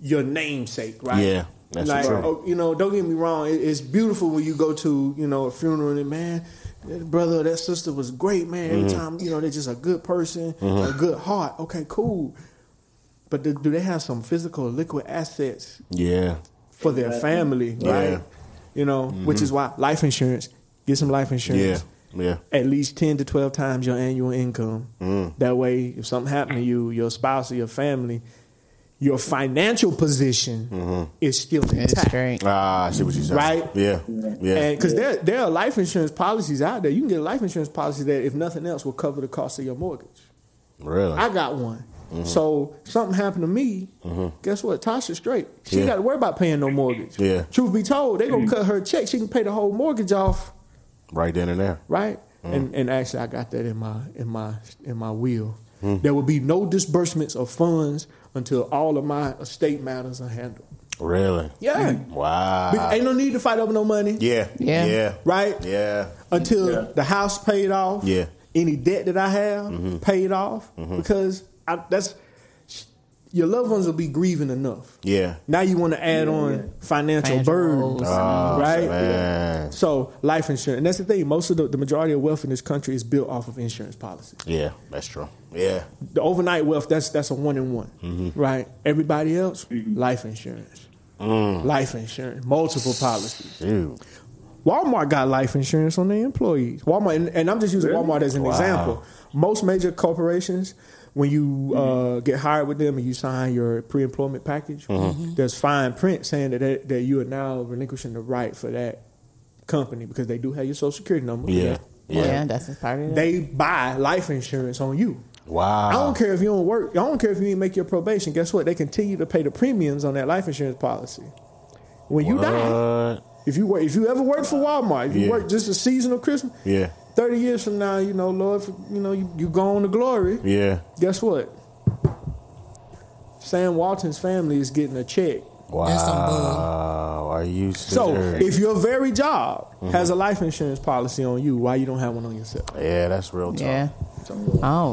Speaker 6: your namesake. Right?
Speaker 1: Yeah, that's
Speaker 6: like,
Speaker 1: true.
Speaker 6: oh, you know, don't get me wrong. It, it's beautiful when you go to you know a funeral and man. That brother, or that sister was
Speaker 1: Mm-hmm.
Speaker 6: great, man. Every time, you know, they're just a good person, a good heart. Okay, cool. But do, do they have some physical liquid assets
Speaker 1: Yeah.
Speaker 6: for their family, right?
Speaker 1: Yeah.
Speaker 6: You know, which is why life insurance. Get some life
Speaker 1: Yeah.
Speaker 6: insurance.
Speaker 1: Yeah. Mm.
Speaker 6: At least ten to twelve times your annual income. That way, if something happened to you, your spouse or your family, your financial position
Speaker 1: Mm-hmm.
Speaker 6: is still
Speaker 2: That's
Speaker 6: intact.
Speaker 2: great.
Speaker 1: Ah, I see what you said.
Speaker 6: Right?
Speaker 1: Yeah. Yeah.
Speaker 6: because there there are life insurance policies out there. You can get a life insurance policy that, if nothing else, will cover the cost of your mortgage.
Speaker 1: really.
Speaker 6: I got one. So something happened to me. Guess what? Tasha's straight. She
Speaker 1: Yeah.
Speaker 6: got to worry about paying no mortgage.
Speaker 1: Yeah.
Speaker 6: Truth be told, they gonna cut her check. She can pay the whole mortgage off,
Speaker 1: right then and there.
Speaker 6: right?
Speaker 1: Mm.
Speaker 6: And and actually, I got that in my in my in my will. There will be no disbursements of funds until all of my estate matters are handled.
Speaker 1: Really.
Speaker 6: Yeah. Be-
Speaker 1: Wow.
Speaker 6: Ain't no need to fight over no money,
Speaker 1: Yeah.
Speaker 2: Yeah.
Speaker 1: Yeah.
Speaker 6: right?
Speaker 1: Yeah.
Speaker 6: until the house paid off.
Speaker 1: Yeah. Mm-hmm.
Speaker 6: Any debt that I have paid off because I, that's your loved ones will be grieving enough.
Speaker 1: Yeah. Mm-hmm.
Speaker 6: Now you want to add on financial,
Speaker 2: Financial
Speaker 6: burdens,
Speaker 2: woes.
Speaker 1: Ah, Oh,
Speaker 6: right?
Speaker 1: Man.
Speaker 6: So life insurance, and that's the thing. Most of the, the majority of wealth in this country is built off of insurance policies.
Speaker 1: Yeah. That's true. Yeah.
Speaker 6: The overnight wealth that's that's a one in one,
Speaker 1: Mm-hmm.
Speaker 6: right? Everybody else, life insurance,
Speaker 1: Mm.
Speaker 6: life insurance, multiple policies.
Speaker 1: Dude.
Speaker 6: Walmart got life insurance on their employees. Walmart, and, and I'm just using Walmart as an
Speaker 1: Wow.
Speaker 6: example. Most major corporations, when you uh, get hired with them and you sign your pre-employment package,
Speaker 1: Mm-hmm.
Speaker 6: there's fine print saying that, that that you are now relinquishing the right for that company because they do have your social security number.
Speaker 1: Yeah.
Speaker 2: Yeah,
Speaker 1: Yeah.
Speaker 2: that's a part of it.
Speaker 6: They buy life insurance on you.
Speaker 1: Wow.
Speaker 6: I don't care if you don't work. I don't care if you didn't make your probation. Guess what? They continue to pay the premiums on that life insurance policy. When you die,
Speaker 1: What?
Speaker 6: if you work, if you ever worked for Walmart, if you
Speaker 1: Yeah.
Speaker 6: work just a season of Christmas,
Speaker 1: Yeah.
Speaker 6: thirty years from now, you know, Lord, you know, you, you go on to glory.
Speaker 1: Yeah.
Speaker 6: Guess what? Sam Walton's family is getting a check.
Speaker 1: Wow.
Speaker 3: That's some bull.
Speaker 1: Are you
Speaker 6: So
Speaker 1: serious?
Speaker 6: if your very job
Speaker 1: Mm-hmm.
Speaker 6: has a life insurance policy on you, why you don't have one on yourself?
Speaker 1: yeah, that's real talk.
Speaker 2: yeah. All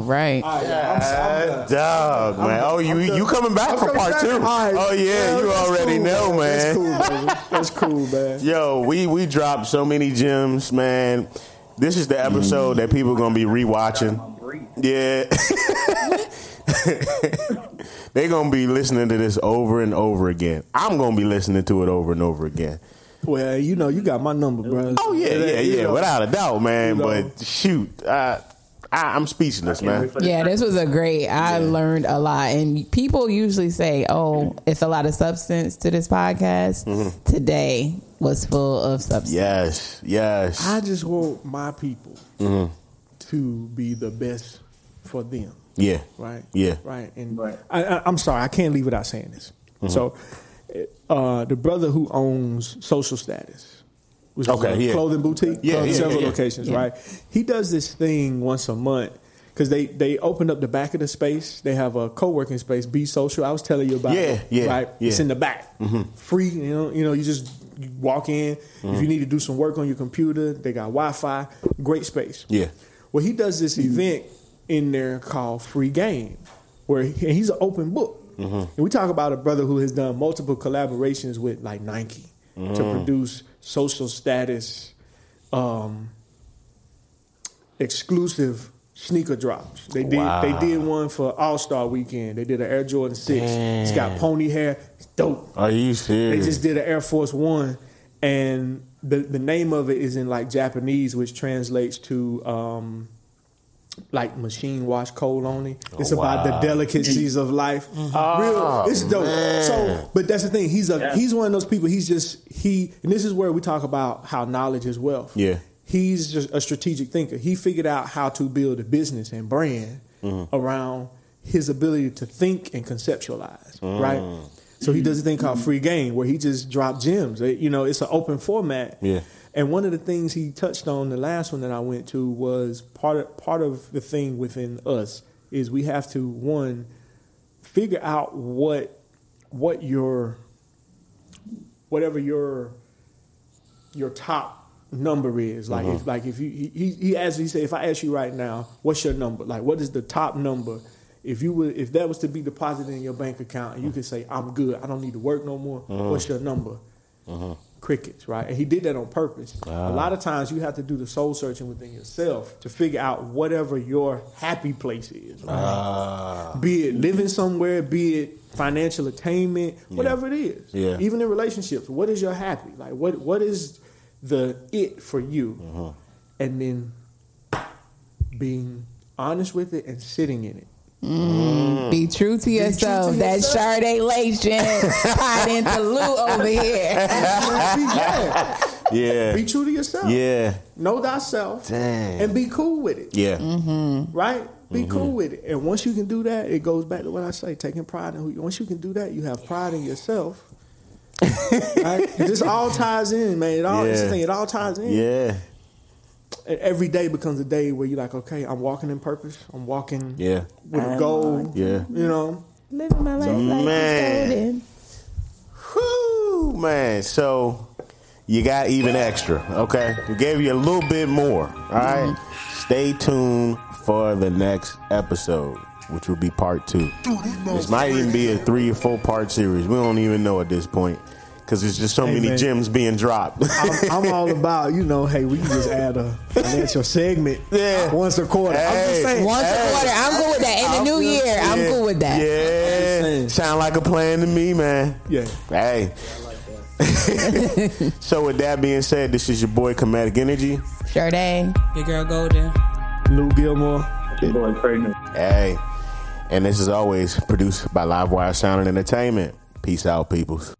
Speaker 6: All
Speaker 2: right.
Speaker 6: right, I'm- I'm
Speaker 1: Ah,
Speaker 6: done.
Speaker 1: Dog, man. Oh, you
Speaker 6: done.
Speaker 1: you coming back
Speaker 6: I'm
Speaker 1: for
Speaker 6: coming
Speaker 1: part
Speaker 6: back.
Speaker 1: two?
Speaker 6: All right.
Speaker 1: Oh yeah, you
Speaker 6: that's
Speaker 1: already
Speaker 6: cool,
Speaker 1: know, man.
Speaker 6: That's cool, baby. That's cool, man.
Speaker 1: Yo, we we dropped so many gems, man. This is the episode that people are gonna be rewatching. Yeah. They're gonna be listening to this over and over again. I'm gonna be listening to it over and over again.
Speaker 6: Well, you know, you got my number, bro.
Speaker 1: Oh yeah, yeah,
Speaker 6: you
Speaker 1: yeah,
Speaker 6: know.
Speaker 1: without a doubt, man.
Speaker 6: You know.
Speaker 1: But shoot, uh, I, I'm speechless, man.
Speaker 2: Yeah, this was a great. I learned a lot, and people usually say, "Oh, it's a lot of substance to this podcast." Today was full of substance.
Speaker 1: Yes, yes.
Speaker 6: I just want my people
Speaker 1: Mm-hmm.
Speaker 6: to be the best for them.
Speaker 1: yeah,
Speaker 6: right?
Speaker 1: Yeah.
Speaker 6: right. And
Speaker 5: Right.
Speaker 6: I, I, I'm sorry, I can't leave without saying this.
Speaker 1: Mm-hmm.
Speaker 6: So, uh, the brother who owns Social Status, which
Speaker 1: Okay,
Speaker 6: is a
Speaker 1: yeah.
Speaker 6: clothing boutique,
Speaker 1: Yeah,
Speaker 6: uh,
Speaker 1: yeah,
Speaker 6: several
Speaker 1: yeah.
Speaker 6: locations,
Speaker 2: Yeah.
Speaker 6: right? He does this thing once a month. Cause they they opened up the back of the space. They have a co working space, Be Social. I was telling you about.
Speaker 1: Yeah,
Speaker 6: it,
Speaker 1: yeah,
Speaker 6: Right, it's
Speaker 1: yeah.
Speaker 6: in the back, free. You know, you know, you just you walk in. If you need to do some work on your computer, they got Wi Fi. Great space.
Speaker 1: Yeah.
Speaker 6: Well, he does this event in there called Free Game, where he, he's an open book. And we talk about a brother who has done multiple collaborations with like Nike to produce social status um, exclusive sneaker drops. They did
Speaker 1: Wow.
Speaker 6: they did one for All Star Weekend. They did an Air Jordan Six. It's got
Speaker 1: Damn. Mm.
Speaker 6: pony hair. It's dope.
Speaker 1: Are you
Speaker 6: They
Speaker 1: serious?
Speaker 6: just did an Air Force One, and the the name of it is in like Japanese, which translates to um, like machine wash coal only. It's
Speaker 1: Oh,
Speaker 6: about the
Speaker 1: wow. Ah,
Speaker 6: delicacies of life. Real, it's dope. So, but that's the thing. He's a
Speaker 5: Yeah.
Speaker 6: he's one of those people. He's just he, and this is where we talk about how knowledge is wealth.
Speaker 1: Yeah.
Speaker 6: He's just a strategic thinker. He figured out how to build a business and brand around his ability to think and conceptualize, right? So he does a thing called free game where he just dropped gems. It- you know, it's an open format.
Speaker 1: Yeah.
Speaker 6: And one of the things he touched on the last one that I went to was part of, part of the thing within us is we have to one figure out what what your whatever your your top number is. Like if like if you he he, he asked he said if I ask you right now what's your number like what is the top number if you would if that was to be deposited in your bank account and you could say I'm good I don't need to work no more what's your number crickets, right? And he did that on purpose. A lot of times you have to do the soul searching within yourself to figure out whatever your happy place is. Right?
Speaker 1: Uh,
Speaker 6: Be it living somewhere, be it financial attainment, whatever it is.
Speaker 1: Yeah.
Speaker 6: Even in relationships, what is your happy? Like what what is the it for you?
Speaker 1: Uh-huh.
Speaker 6: And then being honest with it and sitting in it.
Speaker 2: Be true to yourself. That Sade Lation pot into Lou over here.
Speaker 6: yeah.
Speaker 1: Yeah.
Speaker 6: Be true to yourself.
Speaker 1: Yeah.
Speaker 6: Know thyself
Speaker 1: Dang.
Speaker 6: and be cool with it.
Speaker 1: Yeah.
Speaker 6: Right? Be
Speaker 1: Mm-hmm.
Speaker 6: cool with it. And once you can do that, it goes back to what I say, taking pride in who you once you can do that, you have pride in yourself. right? This all ties in, man. It all it's the
Speaker 1: Yeah.
Speaker 6: thing, it all ties in.
Speaker 1: Yeah.
Speaker 6: And every day becomes a day where you're like, okay, I'm walking in purpose. I'm walking
Speaker 1: Yeah.
Speaker 6: with a goal.
Speaker 1: Yeah.
Speaker 6: You know?
Speaker 2: Living my life like
Speaker 1: Man.
Speaker 2: it's golden.
Speaker 1: Whoo, man. So you got even extra. Okay. We gave you a little bit more. All right?
Speaker 6: Mm-hmm.
Speaker 1: Stay tuned for the next episode, which will be part two. This might even be a three or four part series. We don't even know at this point because there's just so
Speaker 6: Hey,
Speaker 1: many
Speaker 6: man.
Speaker 1: gems being dropped.
Speaker 6: I'm, I'm all about, you know, hey, we can just add a financial segment
Speaker 1: Yeah.
Speaker 6: once a quarter. I'm just
Speaker 1: Hey.
Speaker 6: saying.
Speaker 2: Once a
Speaker 1: Hey.
Speaker 2: quarter, I'm good with that. In the new year, I'm
Speaker 1: Yeah.
Speaker 2: good with that.
Speaker 1: Yeah.
Speaker 6: saying.
Speaker 1: Sound like a plan to me, man.
Speaker 6: Yeah.
Speaker 1: Hey. so with that being said, this is your boy Comedic Energy.
Speaker 2: Sade.
Speaker 3: Your girl Golden.
Speaker 6: Lou Gilmore.
Speaker 5: Your boy Pregnant.
Speaker 1: Hey. And this is always produced by Livewire Sound and Entertainment. Peace out, peoples.